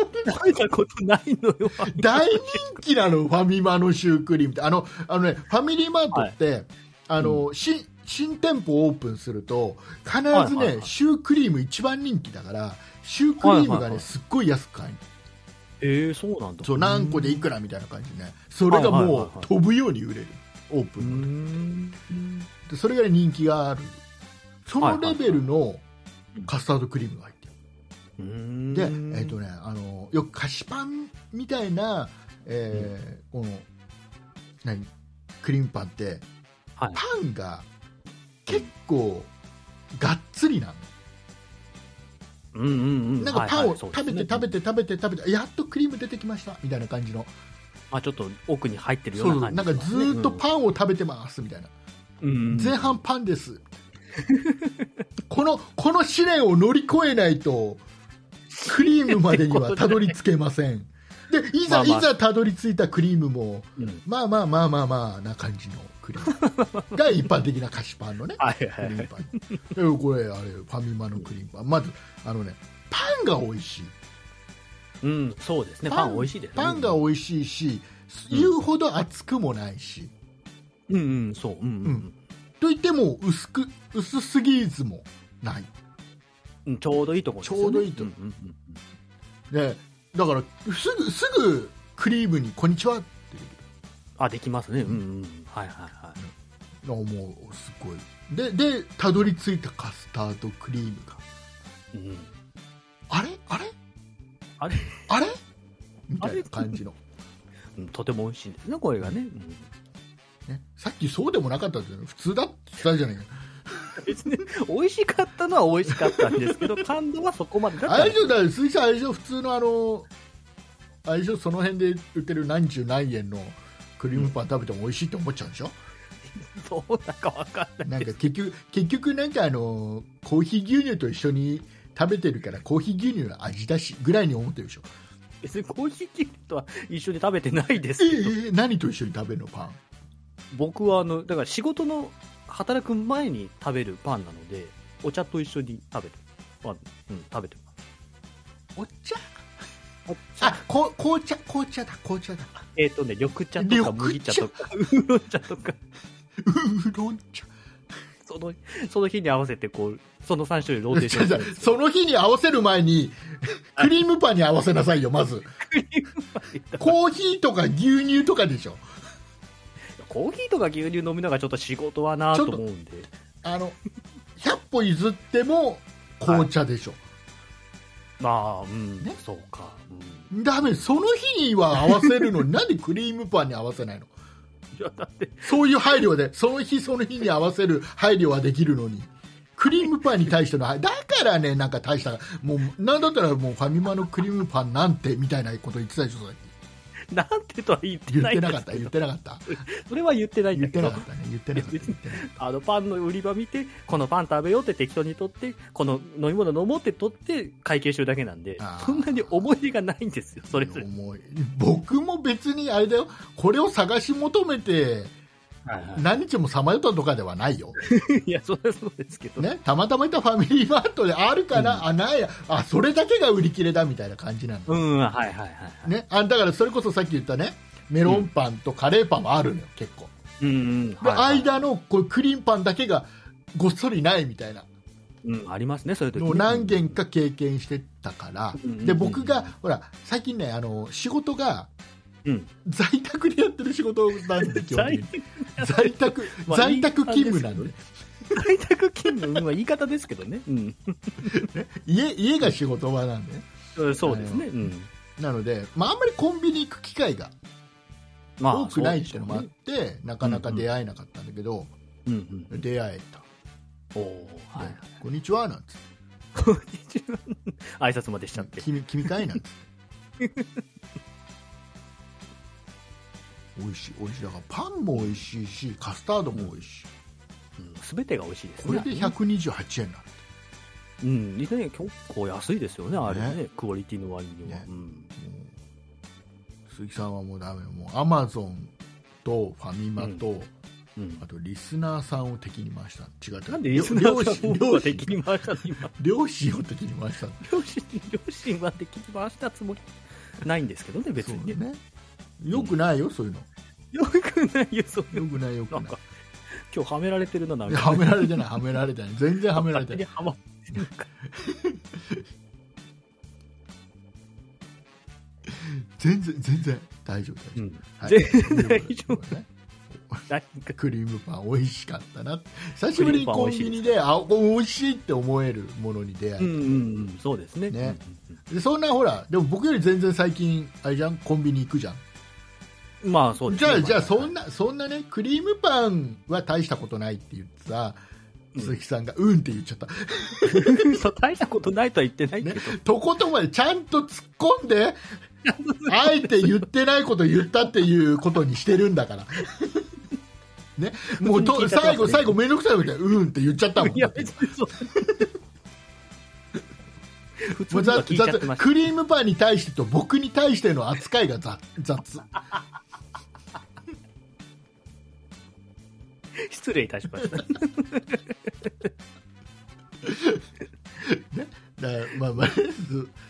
S3: べたことないのよ
S2: 大人気なの、ファミマのシュークリームって、あのあのね、ファミリーマートって、あのし新店舗オープンすると、必ずね、
S3: はいはいはい
S2: シュークリーム一番人気だから、シュークリームがね、
S3: はいはいはい
S2: すっごい安く買える
S3: ええそうなんだ
S2: そう、何個でいくらみたいな感じでね、それが
S3: はいはい
S2: も
S3: は
S2: う
S3: いはい
S2: 飛ぶように売れる、オープ
S3: うー
S2: ンの
S3: ん
S2: で、それが、ね、人気がある、そのレベルの
S3: い
S2: カスタードクリームが入ってる。
S3: うーん
S2: で、えーとね、あのよく菓子パンみたいな、えーこの何クリームパンって、
S3: はい
S2: パンが結構がっつりなの、
S3: うんうんうん
S2: なんかパ
S3: は
S2: ン
S3: いは
S2: を
S3: いそう
S2: 食
S3: で
S2: べ
S3: すね
S2: て食べて食べて食べてやっとクリーム出てきましたみたいな感じの
S3: まあ、ちょっと奥に入ってるよ
S2: そう
S3: う
S2: そ
S3: な
S2: うなんか
S3: 感じ
S2: ずーっとパンを食べてますみたいな、
S3: うん
S2: 前半パンですこのこの試練を乗り越えないとクリームまでに はたどり着けませんでいざ、
S3: まあまあ
S2: いざたどり着いたクリームも
S3: うん
S2: まあまあまあまあまあな感じのクリー ムが一般的な菓子パンのね
S3: はい
S2: ク
S3: は
S2: リー
S3: いは
S2: ム
S3: い
S2: パンでこれあれファミマのクリームパンまずあのねパンが美味しい
S3: うんそうですねパン美味しいですね
S2: パンが美味しいし、言うほど厚くもないし
S3: うんうんそううんうんうん
S2: といっても薄く薄すぎずもない
S3: うんちょうどいいとこですよね
S2: ちょうどいいと
S3: うんうんうん
S2: でだからすぐすぐクリームに「こんにちは」って
S3: あできますねうんうんはいはいは
S2: 言うのもうすごいででたどり着いたカスタードクリームが
S3: いうん
S2: あれあれ
S3: あれ
S2: あれみたいな感じの、
S3: うんとても美味しいんですねこれがねうん
S2: ね、さっきそうでもなかったですよね普通だって言ったじゃないか
S3: 別に美味しかったのは美味しかったんですけ ど感動はそこまでだった
S2: あれでしょだから鈴木さんあれでしょ普通のあのあれでしょその辺で売ってる何十何円のクリームパン食べても美味しいって思っちゃうんでしょ、
S3: どうだかわかんない
S2: なんか結局結局なんかあのコーヒー牛乳と一緒に食べてるからコーヒー牛乳の味だしぐらいに思ってるでしょ
S3: 別にコーヒー牛乳とは一緒に食べてないです
S2: え
S3: けど
S2: ええ何と一緒に食べるのパン
S3: 僕はあのだから仕事の働く前に食べるパンなのでお茶と一緒に食べてパン、うん、食べてます
S2: お茶
S3: お
S2: あこ紅茶紅茶だ紅茶だ
S3: えっ、とね緑茶とか麦
S2: 緑茶
S3: 茶とかウーロン茶とか
S2: うーロン茶
S3: そのその日に合わせてこうその3種類ローテーションす
S2: 違
S3: る
S2: うん違う
S3: ですよ
S2: その日に合わせる前 にクリームパンに合わせなさいよまずコーヒーとか牛乳とかでしょ
S3: コーヒーとか牛乳飲みながらちょっと仕事はなと思うんで
S2: あの100歩譲っても紅茶でしょ、
S3: まあうん、
S2: ね
S3: そうか、うん
S2: ダメその日には合わせるのになんでクリームパンに合わせないの
S3: いやだって
S2: そういう配慮でその日その日に合わせる配慮はできるのにクリームパンに対しての配だからねなんか大したもうなんだったらもうファミマのクリームパンなんてみたいなこと言ってたでしょそれ
S3: なんてとは言って
S2: 言
S3: な
S2: っ
S3: い
S2: て
S3: んで
S2: なかっ
S3: す
S2: た
S3: け
S2: 言って
S3: ど
S2: なかった
S3: それは言ってないん
S2: 言
S3: だ
S2: っ
S3: け
S2: て
S3: ど
S2: なかったね言ってなかった
S3: いや別にあのパンの売り場見てこのパン食べようって適当に取ってこの飲み物飲もうって取って会計してるだけなんで
S2: あー
S3: そんなに思い出がないんですよそれぞれ、
S2: もう僕も別にあれだよこれを探し求めて何日もさまよったとかではないよ、
S3: いやそれはそうですけど、
S2: ね、たまたまいたファミリーマートであるから、あないやあそれだけが売り切れだみたいな感じなの、
S3: うんはいはいはいはい
S2: ね、あだからそれこそさっき言ったねメロンパンとカレーパンはあるのよ、結構
S3: うんうん
S2: で、
S3: はいはい
S2: 間のこうクリーンパンだけがごっそりないみたいな
S3: うん、ありますねそういう時
S2: のを何件か経験してたから、
S3: うん
S2: で僕がほら最近ねあの仕事が
S3: うん
S2: 在宅でやってる仕事なんで基本
S3: 在
S2: 的に在宅
S3: まあ
S2: 在宅勤務なんで、
S3: 在宅勤務は言い方ですけどね、うん、
S2: 家家が仕事場なんでね
S3: うんそうですね、うん、
S2: なので、まあ、あんまりコンビニ行く機会が
S3: ま
S2: 多くないっていうのもあ
S3: そ
S2: っ
S3: うで
S2: て、なかなか出会えなかったんだけど、
S3: しょうねうん
S2: 出会えた
S3: うん、おーはい
S2: でこんにちは」なんつっ
S3: こんにちは挨拶までしちゃって
S2: 「
S3: て
S2: 君君かい?」 なんつって美味しい美味しいだからパンも美味しいしカスタードも美味しい、
S3: すべてが美味しいです
S2: こ
S3: ね。
S2: れで128円な
S3: うん、ね、結構安いですよね、あれはね、クオリティの割には。
S2: ね
S3: うん、
S2: のもう鈴木さんはもうダメよもうアマゾンとファミマと、
S3: うん
S2: あとリスナーさんを敵に回した違う違う
S3: なんで
S2: 両
S3: 両
S2: 両親
S3: 親両親
S2: 両
S3: は
S2: 親
S3: 敵に回したの今
S2: 両親を敵に回した
S3: 両親両親は敵に回したつもりないんですけどね別
S2: そう
S3: にね
S2: ねよくないよ、そういうの
S3: よくないよそういう
S2: よくないよく
S3: なん
S2: ない
S3: か今日はめられてるななん
S2: いや
S3: か
S2: はめられてないはめられてない全然はめられ てない
S3: はま
S2: 全然全然大丈夫大
S3: う
S2: 丈夫、
S3: ん
S2: はい
S3: 全然大丈夫
S2: ということでね
S3: なんか
S2: クリームパン美味しかったな久しぶりにコンビニであお美味しいって思えるものに出
S3: う
S2: 会
S3: ん
S2: い、
S3: うんうんそうですね
S2: ねでそんなほらでも僕より全然最近あれじゃんコンビニ行くじゃん
S3: うんまあそうです
S2: じ
S3: ね
S2: ゃあじゃあそん
S3: な
S2: なそんなねクリームパンは大したことないって言ってさ
S3: うん
S2: 鈴木さんがうんって言っちゃった、
S3: 大したことないとは言ってないけど
S2: とことんまでちゃんと突っ込ん であえて言ってないこと言ったっていうことにしてるんだ から。ね、もうと
S3: 聞いたとこ
S2: 最後、
S3: ね
S2: 最後、面倒くさいみたいな、うんって言っちゃったもん、
S3: いや別にそう普通
S2: もう
S3: には
S2: 雑
S3: 聞いちゃってま
S2: 雑
S3: した
S2: クリームパンに対してと僕に対しての扱いが雑雑、
S3: 失礼いたしました
S2: ねだからまあまあ、 す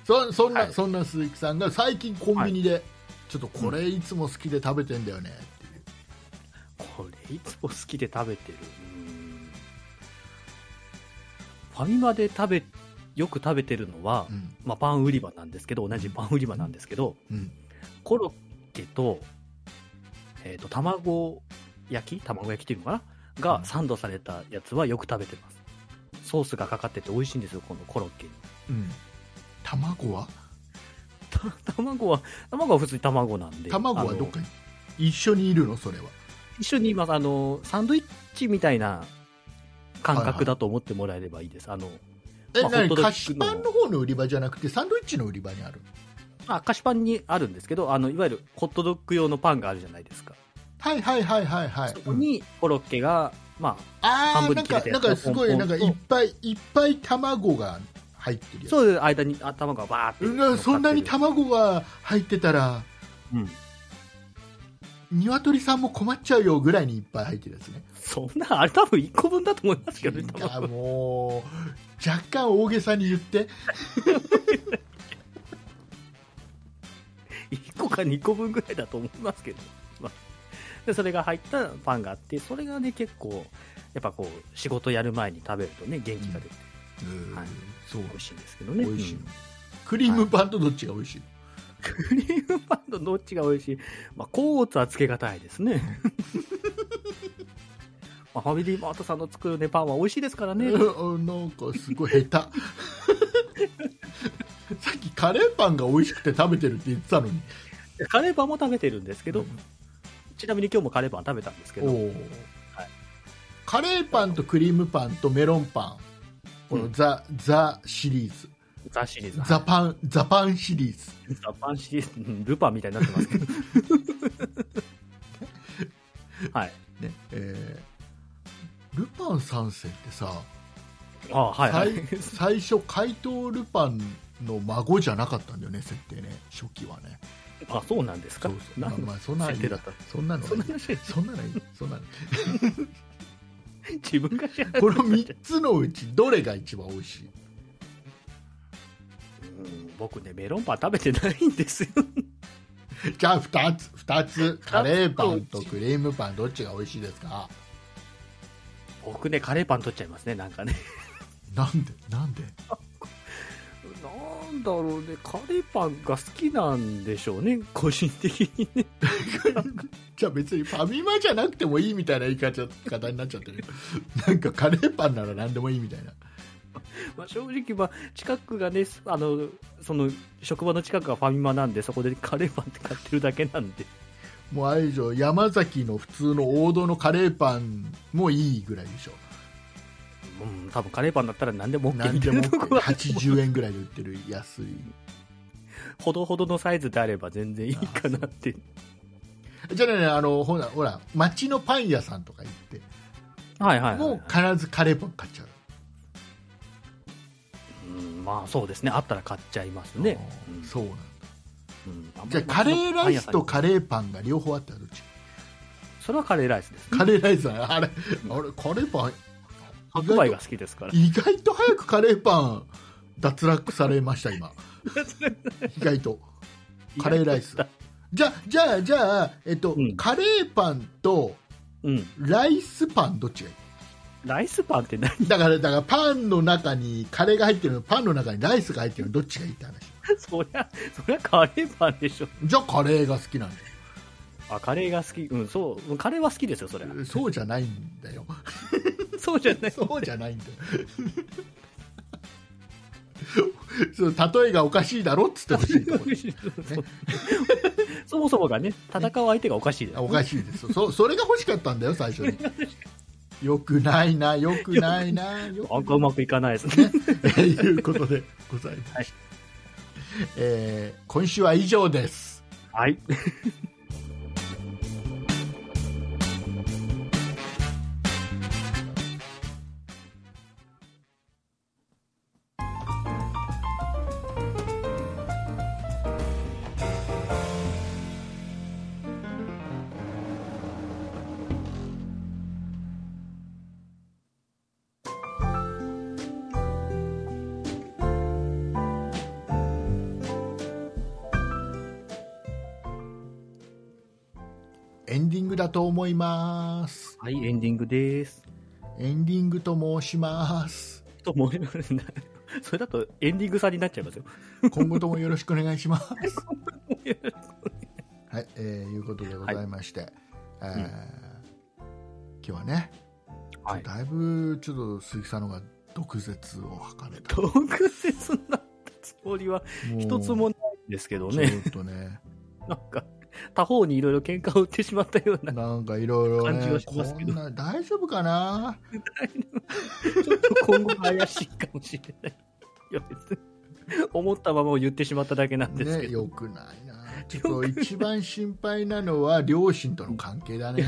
S2: そそんな、
S3: はい
S2: そんな鈴木さんが最近、コンビニで、ちょっとこれ、いつも好きで食べてんだよねっていう
S3: これいつも好きで食べてるうんファミマで食べよく食べてるのは、
S2: うん
S3: まあ、パン売り場なんですけど同じパン売り場なんですけど
S2: うん
S3: コロッケと,、えー、と卵焼き卵焼きっていうのかな
S2: う
S3: が
S2: ん
S3: サンドされたやつはよく食べてますソースがかかってて美味しいんですよこのコロッケに
S2: うん卵は
S3: た 卵は卵は普通に卵なんで
S2: 卵はどっ
S3: あの
S2: かに一緒にいるの、それは。
S3: 一緒にいますあのサンドイッチみたいな感覚だと思ってもらえればいいです、あの
S2: え、
S3: まあ
S2: 何
S3: ホットドッグの
S2: 菓子パンの方の売り場じゃなくてサンドイッチの売り場にある
S3: あ菓子パンにあるんですけどあのいわゆるホットドッグ用のパンがあるじゃないですか、
S2: はいはいはいはいはい
S3: そこにコロッケが、まあ
S2: あ
S3: 半
S2: あ
S3: 分
S2: なん
S3: に切れ
S2: か
S3: た
S2: な
S3: や
S2: ん
S3: つの
S2: かすごい
S3: ポン
S2: な
S3: ポ
S2: ん
S3: ン
S2: かい
S3: と
S2: っぱいいっぱい卵が入ってるやつ
S3: そういう間に頭がバーって
S2: うんなそんなに卵が入ってたら
S3: うん
S2: 鶏さんも困っちゃうよぐらいにいっぱい入ってるやつね
S3: そんなあれ多分1個分だと思いますけどね
S2: い
S3: 多
S2: や
S3: 分
S2: もう若干大げさに言って
S3: 1個か2個分ぐらいだと思いますけど、まあ、でそれが入ったパンがあってそれがね結構やっぱこう仕事やる前に食べるとね元気が出て
S2: うん
S3: はい
S2: そう
S3: 美味しいんですけどね
S2: 美味しいの
S3: うん
S2: クリームパンとどっちが美味しい
S3: クリームパンのどっちが美味しい、まあ、コーツはつけがたいです ねまあファミリーマートさんの作る、ね、パンは 美味しいですからね
S2: うんなんかすごい下手 さっきカレーパンが美味しくて食べてるって言ってたのに
S3: カレーパンも食べてるんですけど、ちなみに今日もカレーパン食べたんですけど、
S2: おーカレーパンとクリームパンとメロンパンこ
S3: う
S2: の
S3: ん
S2: ザ,、ザシリーズ
S3: ザシリーズ、
S2: ザパンザパンシリーズ
S3: ザパンシリーズうん、ルパンみたいになってま すけど。はい。
S2: ねえールパン三世ってさ、
S3: あはい、はい。
S2: 最最初怪盗ルパンの孫じゃなかったんだよね設定ね初期はね
S3: あ、そうなんですか。
S2: そうそう
S3: なん
S2: まあまあそんな
S3: 設定だった。
S2: そんなの
S3: そんな話、
S2: そんなのいいそんなのいい
S3: 自分が知らない。
S2: この3つのうちどれが一番美味しい
S3: うん僕ね、メロンパン食べてないんですよ。
S2: じゃあ2つ2つカレーパンとクリームパンどっちが美味しいですか
S3: 僕ね、カレーパン取っちゃいますね、なんかね。
S2: なんでなんで
S3: なんだろうね、カレーパンが好きなんでしょうね、個人的にね。
S2: じゃあ別にファミマじゃなくてもいいみたいな言い方になっちゃってるなんかカレーパンなら何でもいいみたいな
S3: まあ、正直、まあ、近くがね、あの、その、職場の近くがファミマなんで、そこでカレーパンって買ってるだけなんで。
S2: もうあれ以上山崎の普通の王道のカレーパンもいいぐらいでしょ
S3: うん、多分カレーパンだったら何でも OK
S2: 何
S3: みた
S2: で
S3: いな
S2: も
S3: とこは、
S2: 80円ぐらいで売ってる安い
S3: ほどほどのサイズであれば全然いいかなって。
S2: じゃあねあのほらほら町のパン屋さんとか行って
S3: はいはい、はい。
S2: もう必ずカレーパン買っちゃう
S3: うん、まあそうですね。あったら買っちゃいますね。
S2: あー
S3: うん
S2: そうなんだ
S3: うん
S2: じゃあカレーライスとカレーパンが両方あったらどっち
S3: それはカレーライスです。
S2: カレーライスはあれあれカレーパン
S3: 白米が好きですから。
S2: 意外と早くカレーパン脱落されました今意外とカレーライスじゃあじゃあじゃあ、えっと
S3: うん
S2: カレーパンと
S3: うん。
S2: ライスパンどっちがいい
S3: ライスパンって 何
S2: だからだからパンの中にカレーが入ってるのパンの中にライスが入ってるのどっちがいいって話
S3: そりゃ、そりゃカレーパンでしょ。
S2: じゃあカレーが好きなんだよ
S3: あ、カレーが好き。うん、そう。うんカレーは好きですよ、それは。
S2: そうじゃないんだよ
S3: そうじゃない。
S2: そうじゃないんだよ そう例えがおかしいだろっつってほしいとこ
S3: そう そもそもがね、戦う相手がおかしいです
S2: あ。おかしいですそそれが欲しかったんだよ最初によくないなよくないなよ
S3: なんかうまくいかないですね。
S2: ということでございます、
S3: はい
S2: えー今週は以上です
S3: はい。
S2: エンディングだと思います
S3: はい、エンディングです。
S2: エンディングと申します
S3: と思いますねそれだとエンディングさんになっちゃいますよ。
S2: 今後ともよろしくお願いしますはい、えーいうことでございまして、えー
S3: うん
S2: 今日はね、
S3: はい。
S2: だいぶちょっと鈴木さんの方が毒舌を図れた
S3: 特設なったつもりは
S2: もう
S3: 一つもないんですけど
S2: ち
S3: ね。
S2: ょっとね
S3: なんか、他方にいろいろ喧嘩を売ってしまったような、
S2: なんかいろいろ
S3: 感じ
S2: ね
S3: はします
S2: こ
S3: け
S2: ん
S3: ど
S2: な大丈夫かな
S3: ちょっと今後怪しいかもしれない。いや、別に思ったままを言ってしまっただけなんですけ
S2: ね
S3: ど。
S2: よくない なちょっと一番心配なのは両親との関係だ ね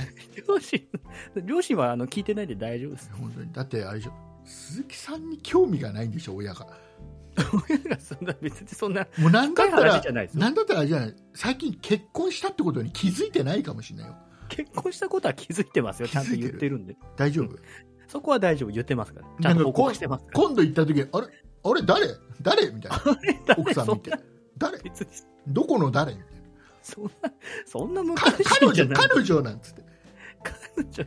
S3: 両親、両親はあの聞いてないんで大丈夫です。
S2: 本当にだってあれでしょ鈴木さんに興味がないんでしょ親が
S3: 親がそんな、別にそんな、
S2: もうなんだった
S3: 深い
S2: ら
S3: 話じゃないですよ
S2: なんだったらあれじゃない最近結婚したってことに気づいてないかもしれないよ
S3: 結婚したことは気づいてますよ。ちゃんと言ってるんで。
S2: 大丈夫
S3: そこは大丈夫、言ってますから。ち
S2: な
S3: ゃん
S2: ん
S3: と
S2: か
S3: 報
S2: こ
S3: 告してますから。
S2: 今度行った時にあれあれ誰誰みたいな奥さん見て
S3: そんな
S2: 誰
S3: 別に
S2: どこの誰みたいな
S3: そんな、そんな
S2: か
S3: 昔
S2: 彼
S3: じゃ
S2: 女
S3: ない。
S2: 彼女なんつって
S3: 彼女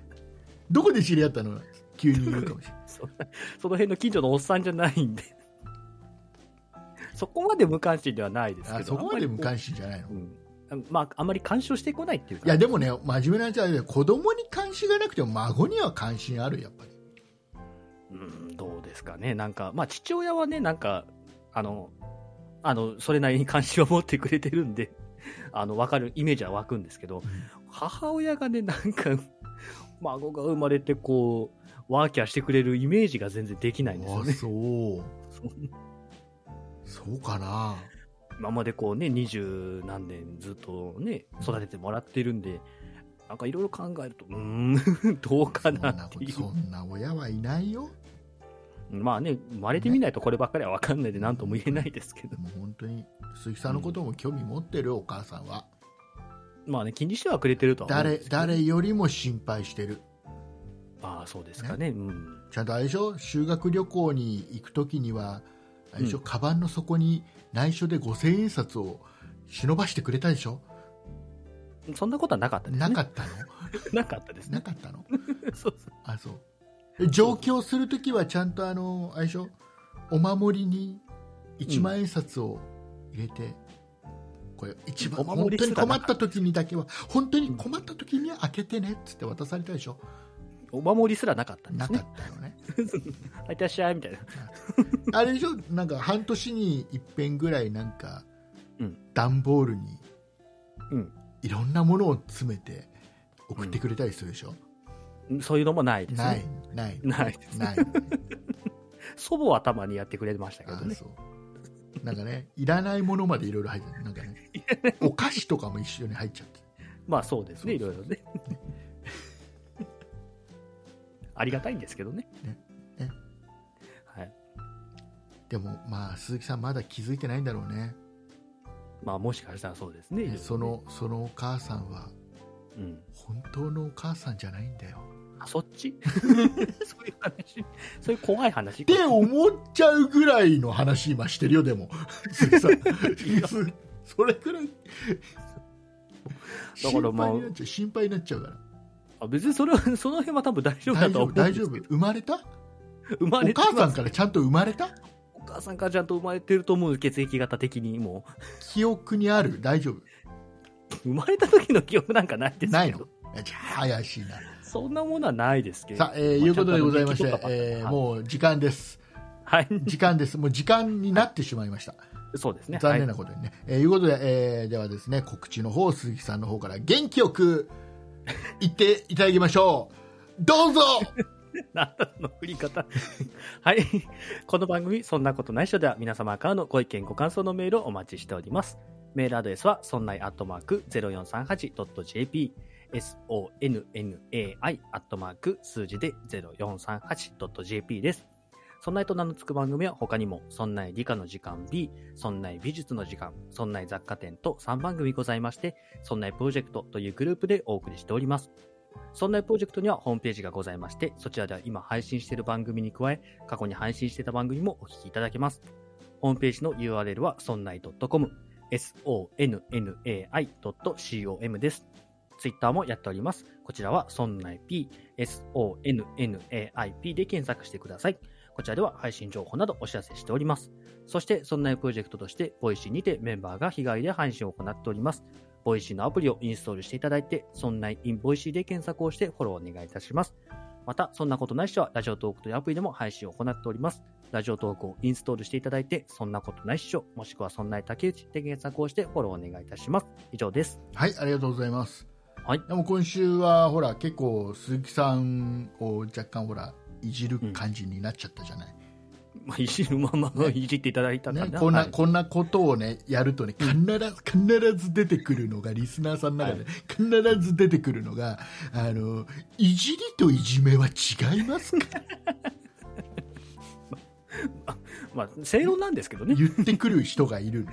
S2: どこで知り合ったの急に言うかもしれない
S3: そんな その辺の近所のおっさんじゃないんで。そこまで無関心ではないですけ
S2: あ
S3: ど。
S2: そこまで無
S3: 心。
S2: 関心じゃないの
S3: うんまあ、あんまり干渉してこないっていうか。
S2: いやでもね真面目な話で子供に関心がなくても孫には関心あるやっぱり
S3: うん、どうですかね。なんか、まあ、父親はね、なんか、あの、あの、それなりに関心は持ってくれてるんで、 あの、わかる、イメージは湧くんですけど、母親がね、なんか、 孫が生まれて、こう、ワーキャーしてくれるイメージが全然できないんですよ
S2: あ
S3: ね。
S2: そう
S3: そ
S2: そ
S3: う
S2: うかな
S3: 今までこうね、二十何年ずっとね、育ててもらってるんで、なんかいろいろ考えると、うーん、 どうか
S2: そん
S3: な
S2: な
S3: って
S2: こ
S3: い
S2: と
S3: う
S2: そ。んな親はいないよ
S3: まあね、生まれてみないとこればっかりは分かんないで、なんとも言えないですけど、
S2: もう本当に鈴木さんのことも興味持ってる、お母さんは
S3: まあね、気にしてはくれてるとは思うん
S2: 誰
S3: ですけど
S2: 誰よりも心配してる
S3: まあそうですかね、うん。
S2: ちゃんとあれでしょ修学旅行に行く時にはあれでしょ、
S3: うん
S2: カバンの底に内緒で五千円札を忍ばしてくれたでしょ
S3: そんなことはなかったですね。
S2: なかったの
S3: なかったです
S2: な
S3: ね。
S2: かったの
S3: そうそう
S2: あそうで上京する時はちゃんとあのあれでしょお守りに一万円札を入れて、これ一番
S3: お
S2: 本
S3: 守り
S2: 当
S3: す
S2: に
S3: らな
S2: 困
S3: か
S2: っ
S3: っ
S2: た
S3: た
S2: 時にだけは本当に困った時には開けてねっつって渡されたでしょ
S3: お守りすらなかったんで
S2: な
S3: す
S2: か
S3: ね。
S2: ったのね
S3: あいたっしゃいみたいな。
S2: あれでしょなんか半年に一遍ぐらいなんか、
S3: うん
S2: 段ボールに
S3: うん
S2: いろんなものを詰めて送ってくれたりするでしょ、
S3: そういうのもないですね。
S2: ない ない
S3: ないです
S2: ない
S3: 祖母はたまにやってくれてましたけど
S2: あ
S3: ね。
S2: そうなんかねいらないものまでいろいろ入ってるなんかねお菓子とかも一緒に入っちゃって
S3: まあそうですね、い
S2: そ
S3: ろ
S2: う
S3: いろね。ありがたいんですけどね。
S2: ねね
S3: はい。
S2: でもまあ鈴木さんまだ気づいてないんだろうね
S3: まあもしかしたらそうですね。いろいろね
S2: そ、のそのお母さんは
S3: うん。
S2: 本当のお母さんじゃないんだよ
S3: あ、そっち そういう話。 そういう怖い話。
S2: って思っちゃうぐらいの話今してるよでも鈴木さんす それぐらい
S3: だからまあ
S2: 心配になっちゃう心配になっちゃうから
S3: あ別にそれは、 その辺は多分大丈夫だ
S2: 大
S3: と
S2: 丈夫
S3: は思う
S2: 大丈
S3: んですけど
S2: 夫生まれた
S3: 生ま
S2: お
S3: れてます
S2: 母さんからちゃんと生まれた
S3: お母さんからちゃんと生まれてると思う血液型的にも
S2: 記憶にある大丈夫
S3: う生まれた時の記憶なんかないですけど
S2: ないのじゃあ怪しいな
S3: そんなものはないですけど
S2: さあ、えー
S3: まあ
S2: いうことでございまし
S3: ち
S2: て
S3: ゃんとあ、の
S2: えー
S3: はい
S2: もう時間 です
S3: はい
S2: 時間ですもう時間になってしまいました
S3: そうですね
S2: 残念
S3: は
S2: なことにね、えーいうことで、えーではですね告知の方鈴木さんの方から元気よく言っていただきましょうどう ぞ
S3: い、なんだその振り方はいこの番組「そんなことないっしょ」では皆様からのご意見ご感想のメールをお待ちしておりますメールアドレスはそんないアットマーク 0438.jp sonnai アットマーク数字で 0438.jp です。そんないと名のつく番組は他にも、そんない理科の時間 B、そんない美術の時間、そんない雑貨店と3番組ございまして、そんないプロジェクトというグループでお送りしております。そんないプロジェクトにはホームページがございまして、そちらでは今配信している番組に加え、過去に配信していた番組もお聞きいただけます。ホームページの URL はそんない .com、sonnai.com です。ツイッターもやっております。こちらは、そんない P、SONNAIP で検索してください。こちらでは配信情報などお知らせしております。そして、そんないプロジェクトとして、ボイシーにてメンバーが日帰りで配信を行っております。ボイシーのアプリをインストールしていただいて、そんない in ボイシーで検索をしてフォローお願いいたします。また、そんなことない人は、ラジオトークというアプリでも配信を行っております。ラジオトークをインストールしていただいて、そんなことないっしょ、もしくはそんない竹内で検索をしてフォローお願いいたします。以上です。
S2: はいありがとうございます、
S3: はい
S2: でも今週はほら結構鈴木さんを若干ほらいじる感じになっちゃったじゃない、
S3: まあ、いじるまま、
S2: ね
S3: いじっていただいたかな。
S2: ね、こんな、
S3: はい
S2: こんなことをねやるとね必ず必ず出てくるのがリスナーさんの中で、必ず出てくるのがあのいじりといじめは違います か
S3: まあ、正論なんですけどね。
S2: 言ってくる人がいる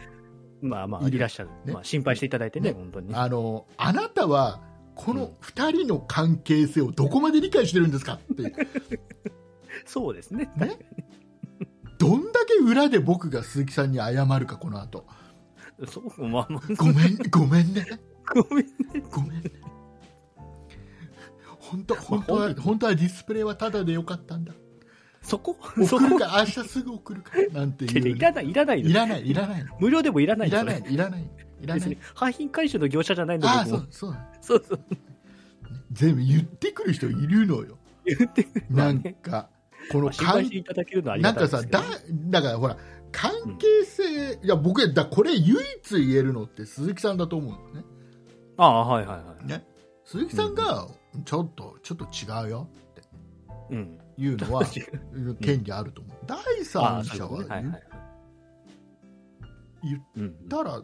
S3: まあまあ、
S2: いる
S3: いらっしゃる。
S2: ね
S3: まあ、心配していただいてね、
S2: ね
S3: 本当にね。
S2: あのあなたはこの2人の関係性をどこまで理解してるんですかって
S3: そうですね。
S2: ねどんだけ裏で僕が鈴木さんに謝るかこの後
S3: そう、まあまあ、
S2: ごめんごめんね
S3: ごめんね。
S2: ごめん ね本当本当は本当はディスプレイはただでよかったんだ
S3: そこ、そ
S2: 送る
S3: こ、
S2: から明日すぐ送るからなんていう
S3: い
S2: ね
S3: らない、いらない
S2: い
S3: です。
S2: らないいらない
S3: 無料でもいらない
S2: い
S3: で
S2: ら
S3: す
S2: な
S3: ね。
S2: いいらないいら
S3: 別
S2: な
S3: に
S2: い
S3: 廃品回収の業者じゃないので、
S2: ああ
S3: 僕
S2: そ
S3: も
S2: うそう
S3: そうそう。
S2: 全部言ってくる人いるのよ
S3: 言ってくれば
S2: なん
S3: ね。
S2: かこ
S3: ま
S2: の
S3: あ心配
S2: 関
S3: していただけるのはあり
S2: な
S3: が
S2: ん
S3: たい
S2: か
S3: で
S2: さ
S3: すけど
S2: だ
S3: ね、
S2: だからほら関係性、いや僕だこれ唯一言えるのって鈴木さんだと思うんですね
S3: ああ、はいはいはい。
S2: ね鈴木さんがちょっと、ちょっと違うよ
S3: うん。
S2: いうのは
S3: 違う
S2: 権利あると思う、第
S3: ああ
S2: 三者
S3: そう
S2: は
S3: ですねはい
S2: 言
S3: は
S2: っ
S3: い。
S2: 言っ
S3: うんうん。
S2: たら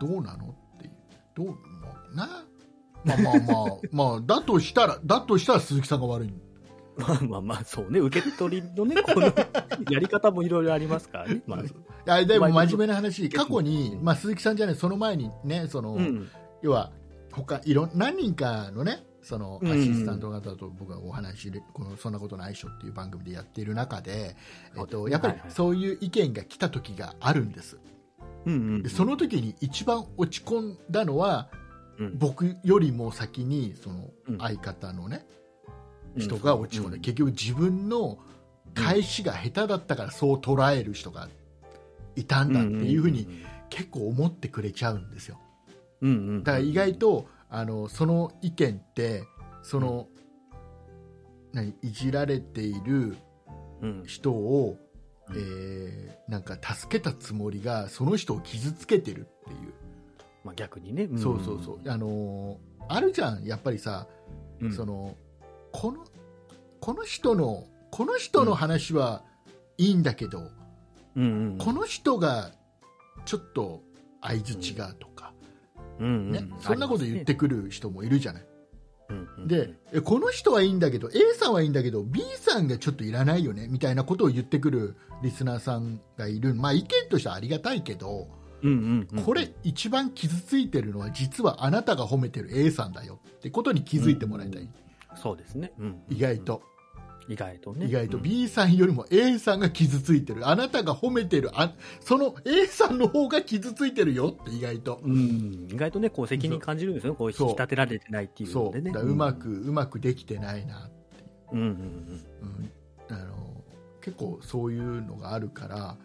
S2: どうなのっていうどうもなまあまあまあまあだとしたら だとしたら鈴木さんが悪い
S3: まあまあまあ、そうね。受け取りのね、 このやり方もいろいろありますからね。まあ、
S2: いやでも真面目な話
S3: まあ
S2: 過去に、まあ、鈴木さんじゃないその前にねその、
S3: うん。
S2: 要は他いろん何人かのねその
S3: うん
S2: アシスタントの方と僕がお話しでこのそんなことないっしょっていう番組でやっている中で、えっ
S3: そうです
S2: と、
S3: ね
S2: やっぱり
S3: はいはい
S2: そういう意見が来た時があるんです。
S3: うんうん
S2: でその時に一番落ち込んだのは
S3: うん
S2: 僕よりも先にその
S3: うん
S2: 相方のね
S3: うん
S2: 人が落ち込んで
S3: うん
S2: 結局自分の返しが下手だったからそう捉える人がいたんだっていうふうに結構思ってくれちゃうんですよ。
S3: うんうんうん
S2: だから意外とあのその意見ってその、何いじられている
S3: うん
S2: 人を、
S3: うん
S2: えーなんか助けたつもりがその人を傷つけてるっていう、
S3: まあ逆にね、ん
S2: そうそうそうあのーあるじゃんやっぱりさ、
S3: うん
S2: そのこのこの人のこの人の話はいいんだけど、
S3: うんうんうん
S2: この人がちょっと相槌がとか、
S3: うんうん
S2: ねそんなこと言ってくる人もいるじゃない。
S3: ありますね
S2: でえこの人はいいんだけど A さんはいいんだけど B さんがちょっといらないよねみたいなことを言ってくるリスナーさんがいる、まあ、意見としてはありがたいけど、
S3: うんうんうん
S2: これ一番傷ついてるのは実はあなたが褒めてる A さんだよってことに気づいてもらいたい、
S3: うんそうですね、うん
S2: 意外と、
S3: 意外とね
S2: 意外と
S3: うん
S2: B さんよりも A さんが傷ついてるあなたが褒めてるあその A さんの方が傷ついてるよって意外と。
S3: うん、意外とね、こう責任感じるんですよね、こう引き
S2: そう
S3: 立てられてないっていうの
S2: そう
S3: でね。
S2: だからうまく、うまくできてないな
S3: うんう
S2: う
S3: ん
S2: ん、あの結構そういうのがあるから、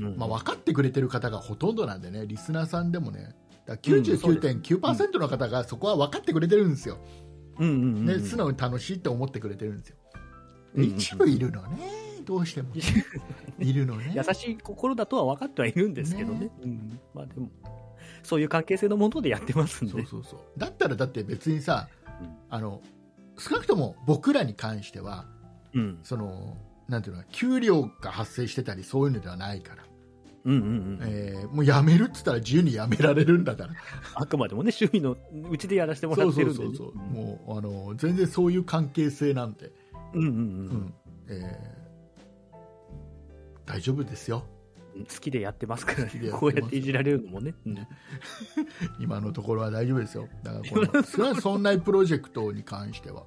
S3: うんうん、
S2: まあ、分かってくれてる方がほとんどなんでねリスナーさんでもねだから
S3: うんそうです
S2: 99.9%の方がそこは分かってくれてるんですよ、
S3: うんうんうんうん、
S2: ね、素直に楽しいって思ってくれてるんですよ、
S3: うんうんうん
S2: 一部いるのねどうして もいるのね
S3: 優しい心だとは分かってはいるんですけどね、
S2: ね
S3: うん、まあでも、そういう関係性のもとでやってますんで、
S2: そうそうそうだったらだって別にさ
S3: うん
S2: あの少なくとも僕らに関しては
S3: うん
S2: そのなんていうの給料が発生してたりそういうのではないから、
S3: うんうんうん、
S2: えーもう辞めるって言ったら自由に辞められるんだから
S3: あくまでもね、趣味のうちでやらせ てもらってるんで、ね、
S2: そうそうそうそうもうあの全然そういう関係性なんで、
S3: うんうん
S2: う
S3: うん
S2: んえー大丈夫ですよ
S3: うん、好きでやってますから
S2: 好きで
S3: ね、
S2: やってます
S3: こうやっていじられるのもね、うん
S2: 今のところは大丈夫ですよだから このそれはそんなプロジェクトに関しては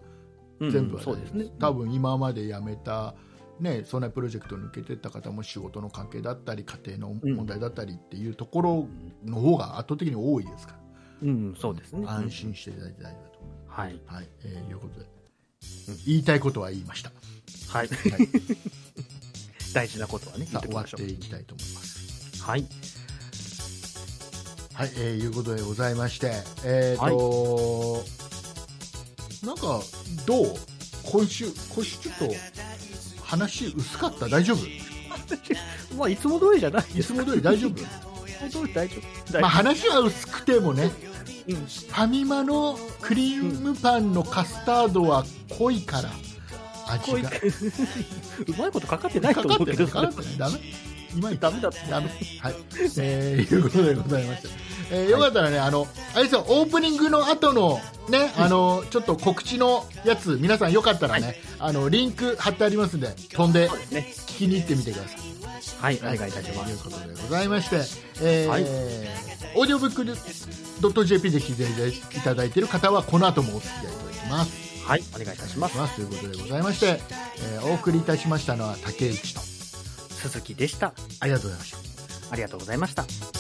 S3: うん
S2: 全部は
S3: そ
S2: 大
S3: う
S2: 丈
S3: です
S2: 夫で
S3: ね
S2: す、多分今まで辞めたね、そんなプロジェクト抜けてった方も仕事の関係だったり家庭の問題だったりっていうところの方が圧倒的に多いですから、
S3: うん、うん、そうですね、
S2: 安心していただいて大丈夫だと思い
S3: うん、はい、
S2: ます、はいえーいうことで
S3: うん
S2: 言いたいことは言いま した、
S3: はい、
S2: はい、
S3: 大事なことはね、言
S2: さあ
S3: って
S2: 終
S3: おき
S2: わ
S3: ま
S2: っ
S3: しょ
S2: ていきたいと思います
S3: う。はい
S2: はい、えーいうことでございまして、えーとなんかどう今週今週ちょっと話薄かった大丈夫い
S3: まあ、いつも通りじゃないです
S2: つ
S3: か。
S2: も通り大丈夫、
S3: いつも通り大丈夫。大
S2: まあ、
S3: 丈
S2: 話は薄くてもね
S3: 夫。う
S2: フ
S3: ん
S2: ァミマのクリームパンのカスタードは濃いから味
S3: こうい
S2: が
S3: ううまいことかかってない
S2: か
S3: と
S2: か
S3: 思
S2: っ
S3: う
S2: て
S3: け
S2: な
S3: ど
S2: いかかってないダメ今
S3: ダメだった
S2: ダメはい、えーいうことでございました、えーよかったらねあのあれですよオープニングの後のねあのちょっと告知のやつ皆さんよかったらね、あのリンク貼ってありますんで飛んで
S3: そうですね。
S2: 聞きに行ってみてください
S3: はい、お願いいたしま
S2: という
S3: す。
S2: ことでございまして、えー
S3: はい
S2: オーディオブックドット JP で聞いていただいている方はこの後もお付き合いいただきます
S3: はい、お願いいたします。
S2: ということでございまして、えーお送りいたしましたのは竹内と
S3: 鈴木でした。
S2: ありがとうございました
S3: ありがとうございました。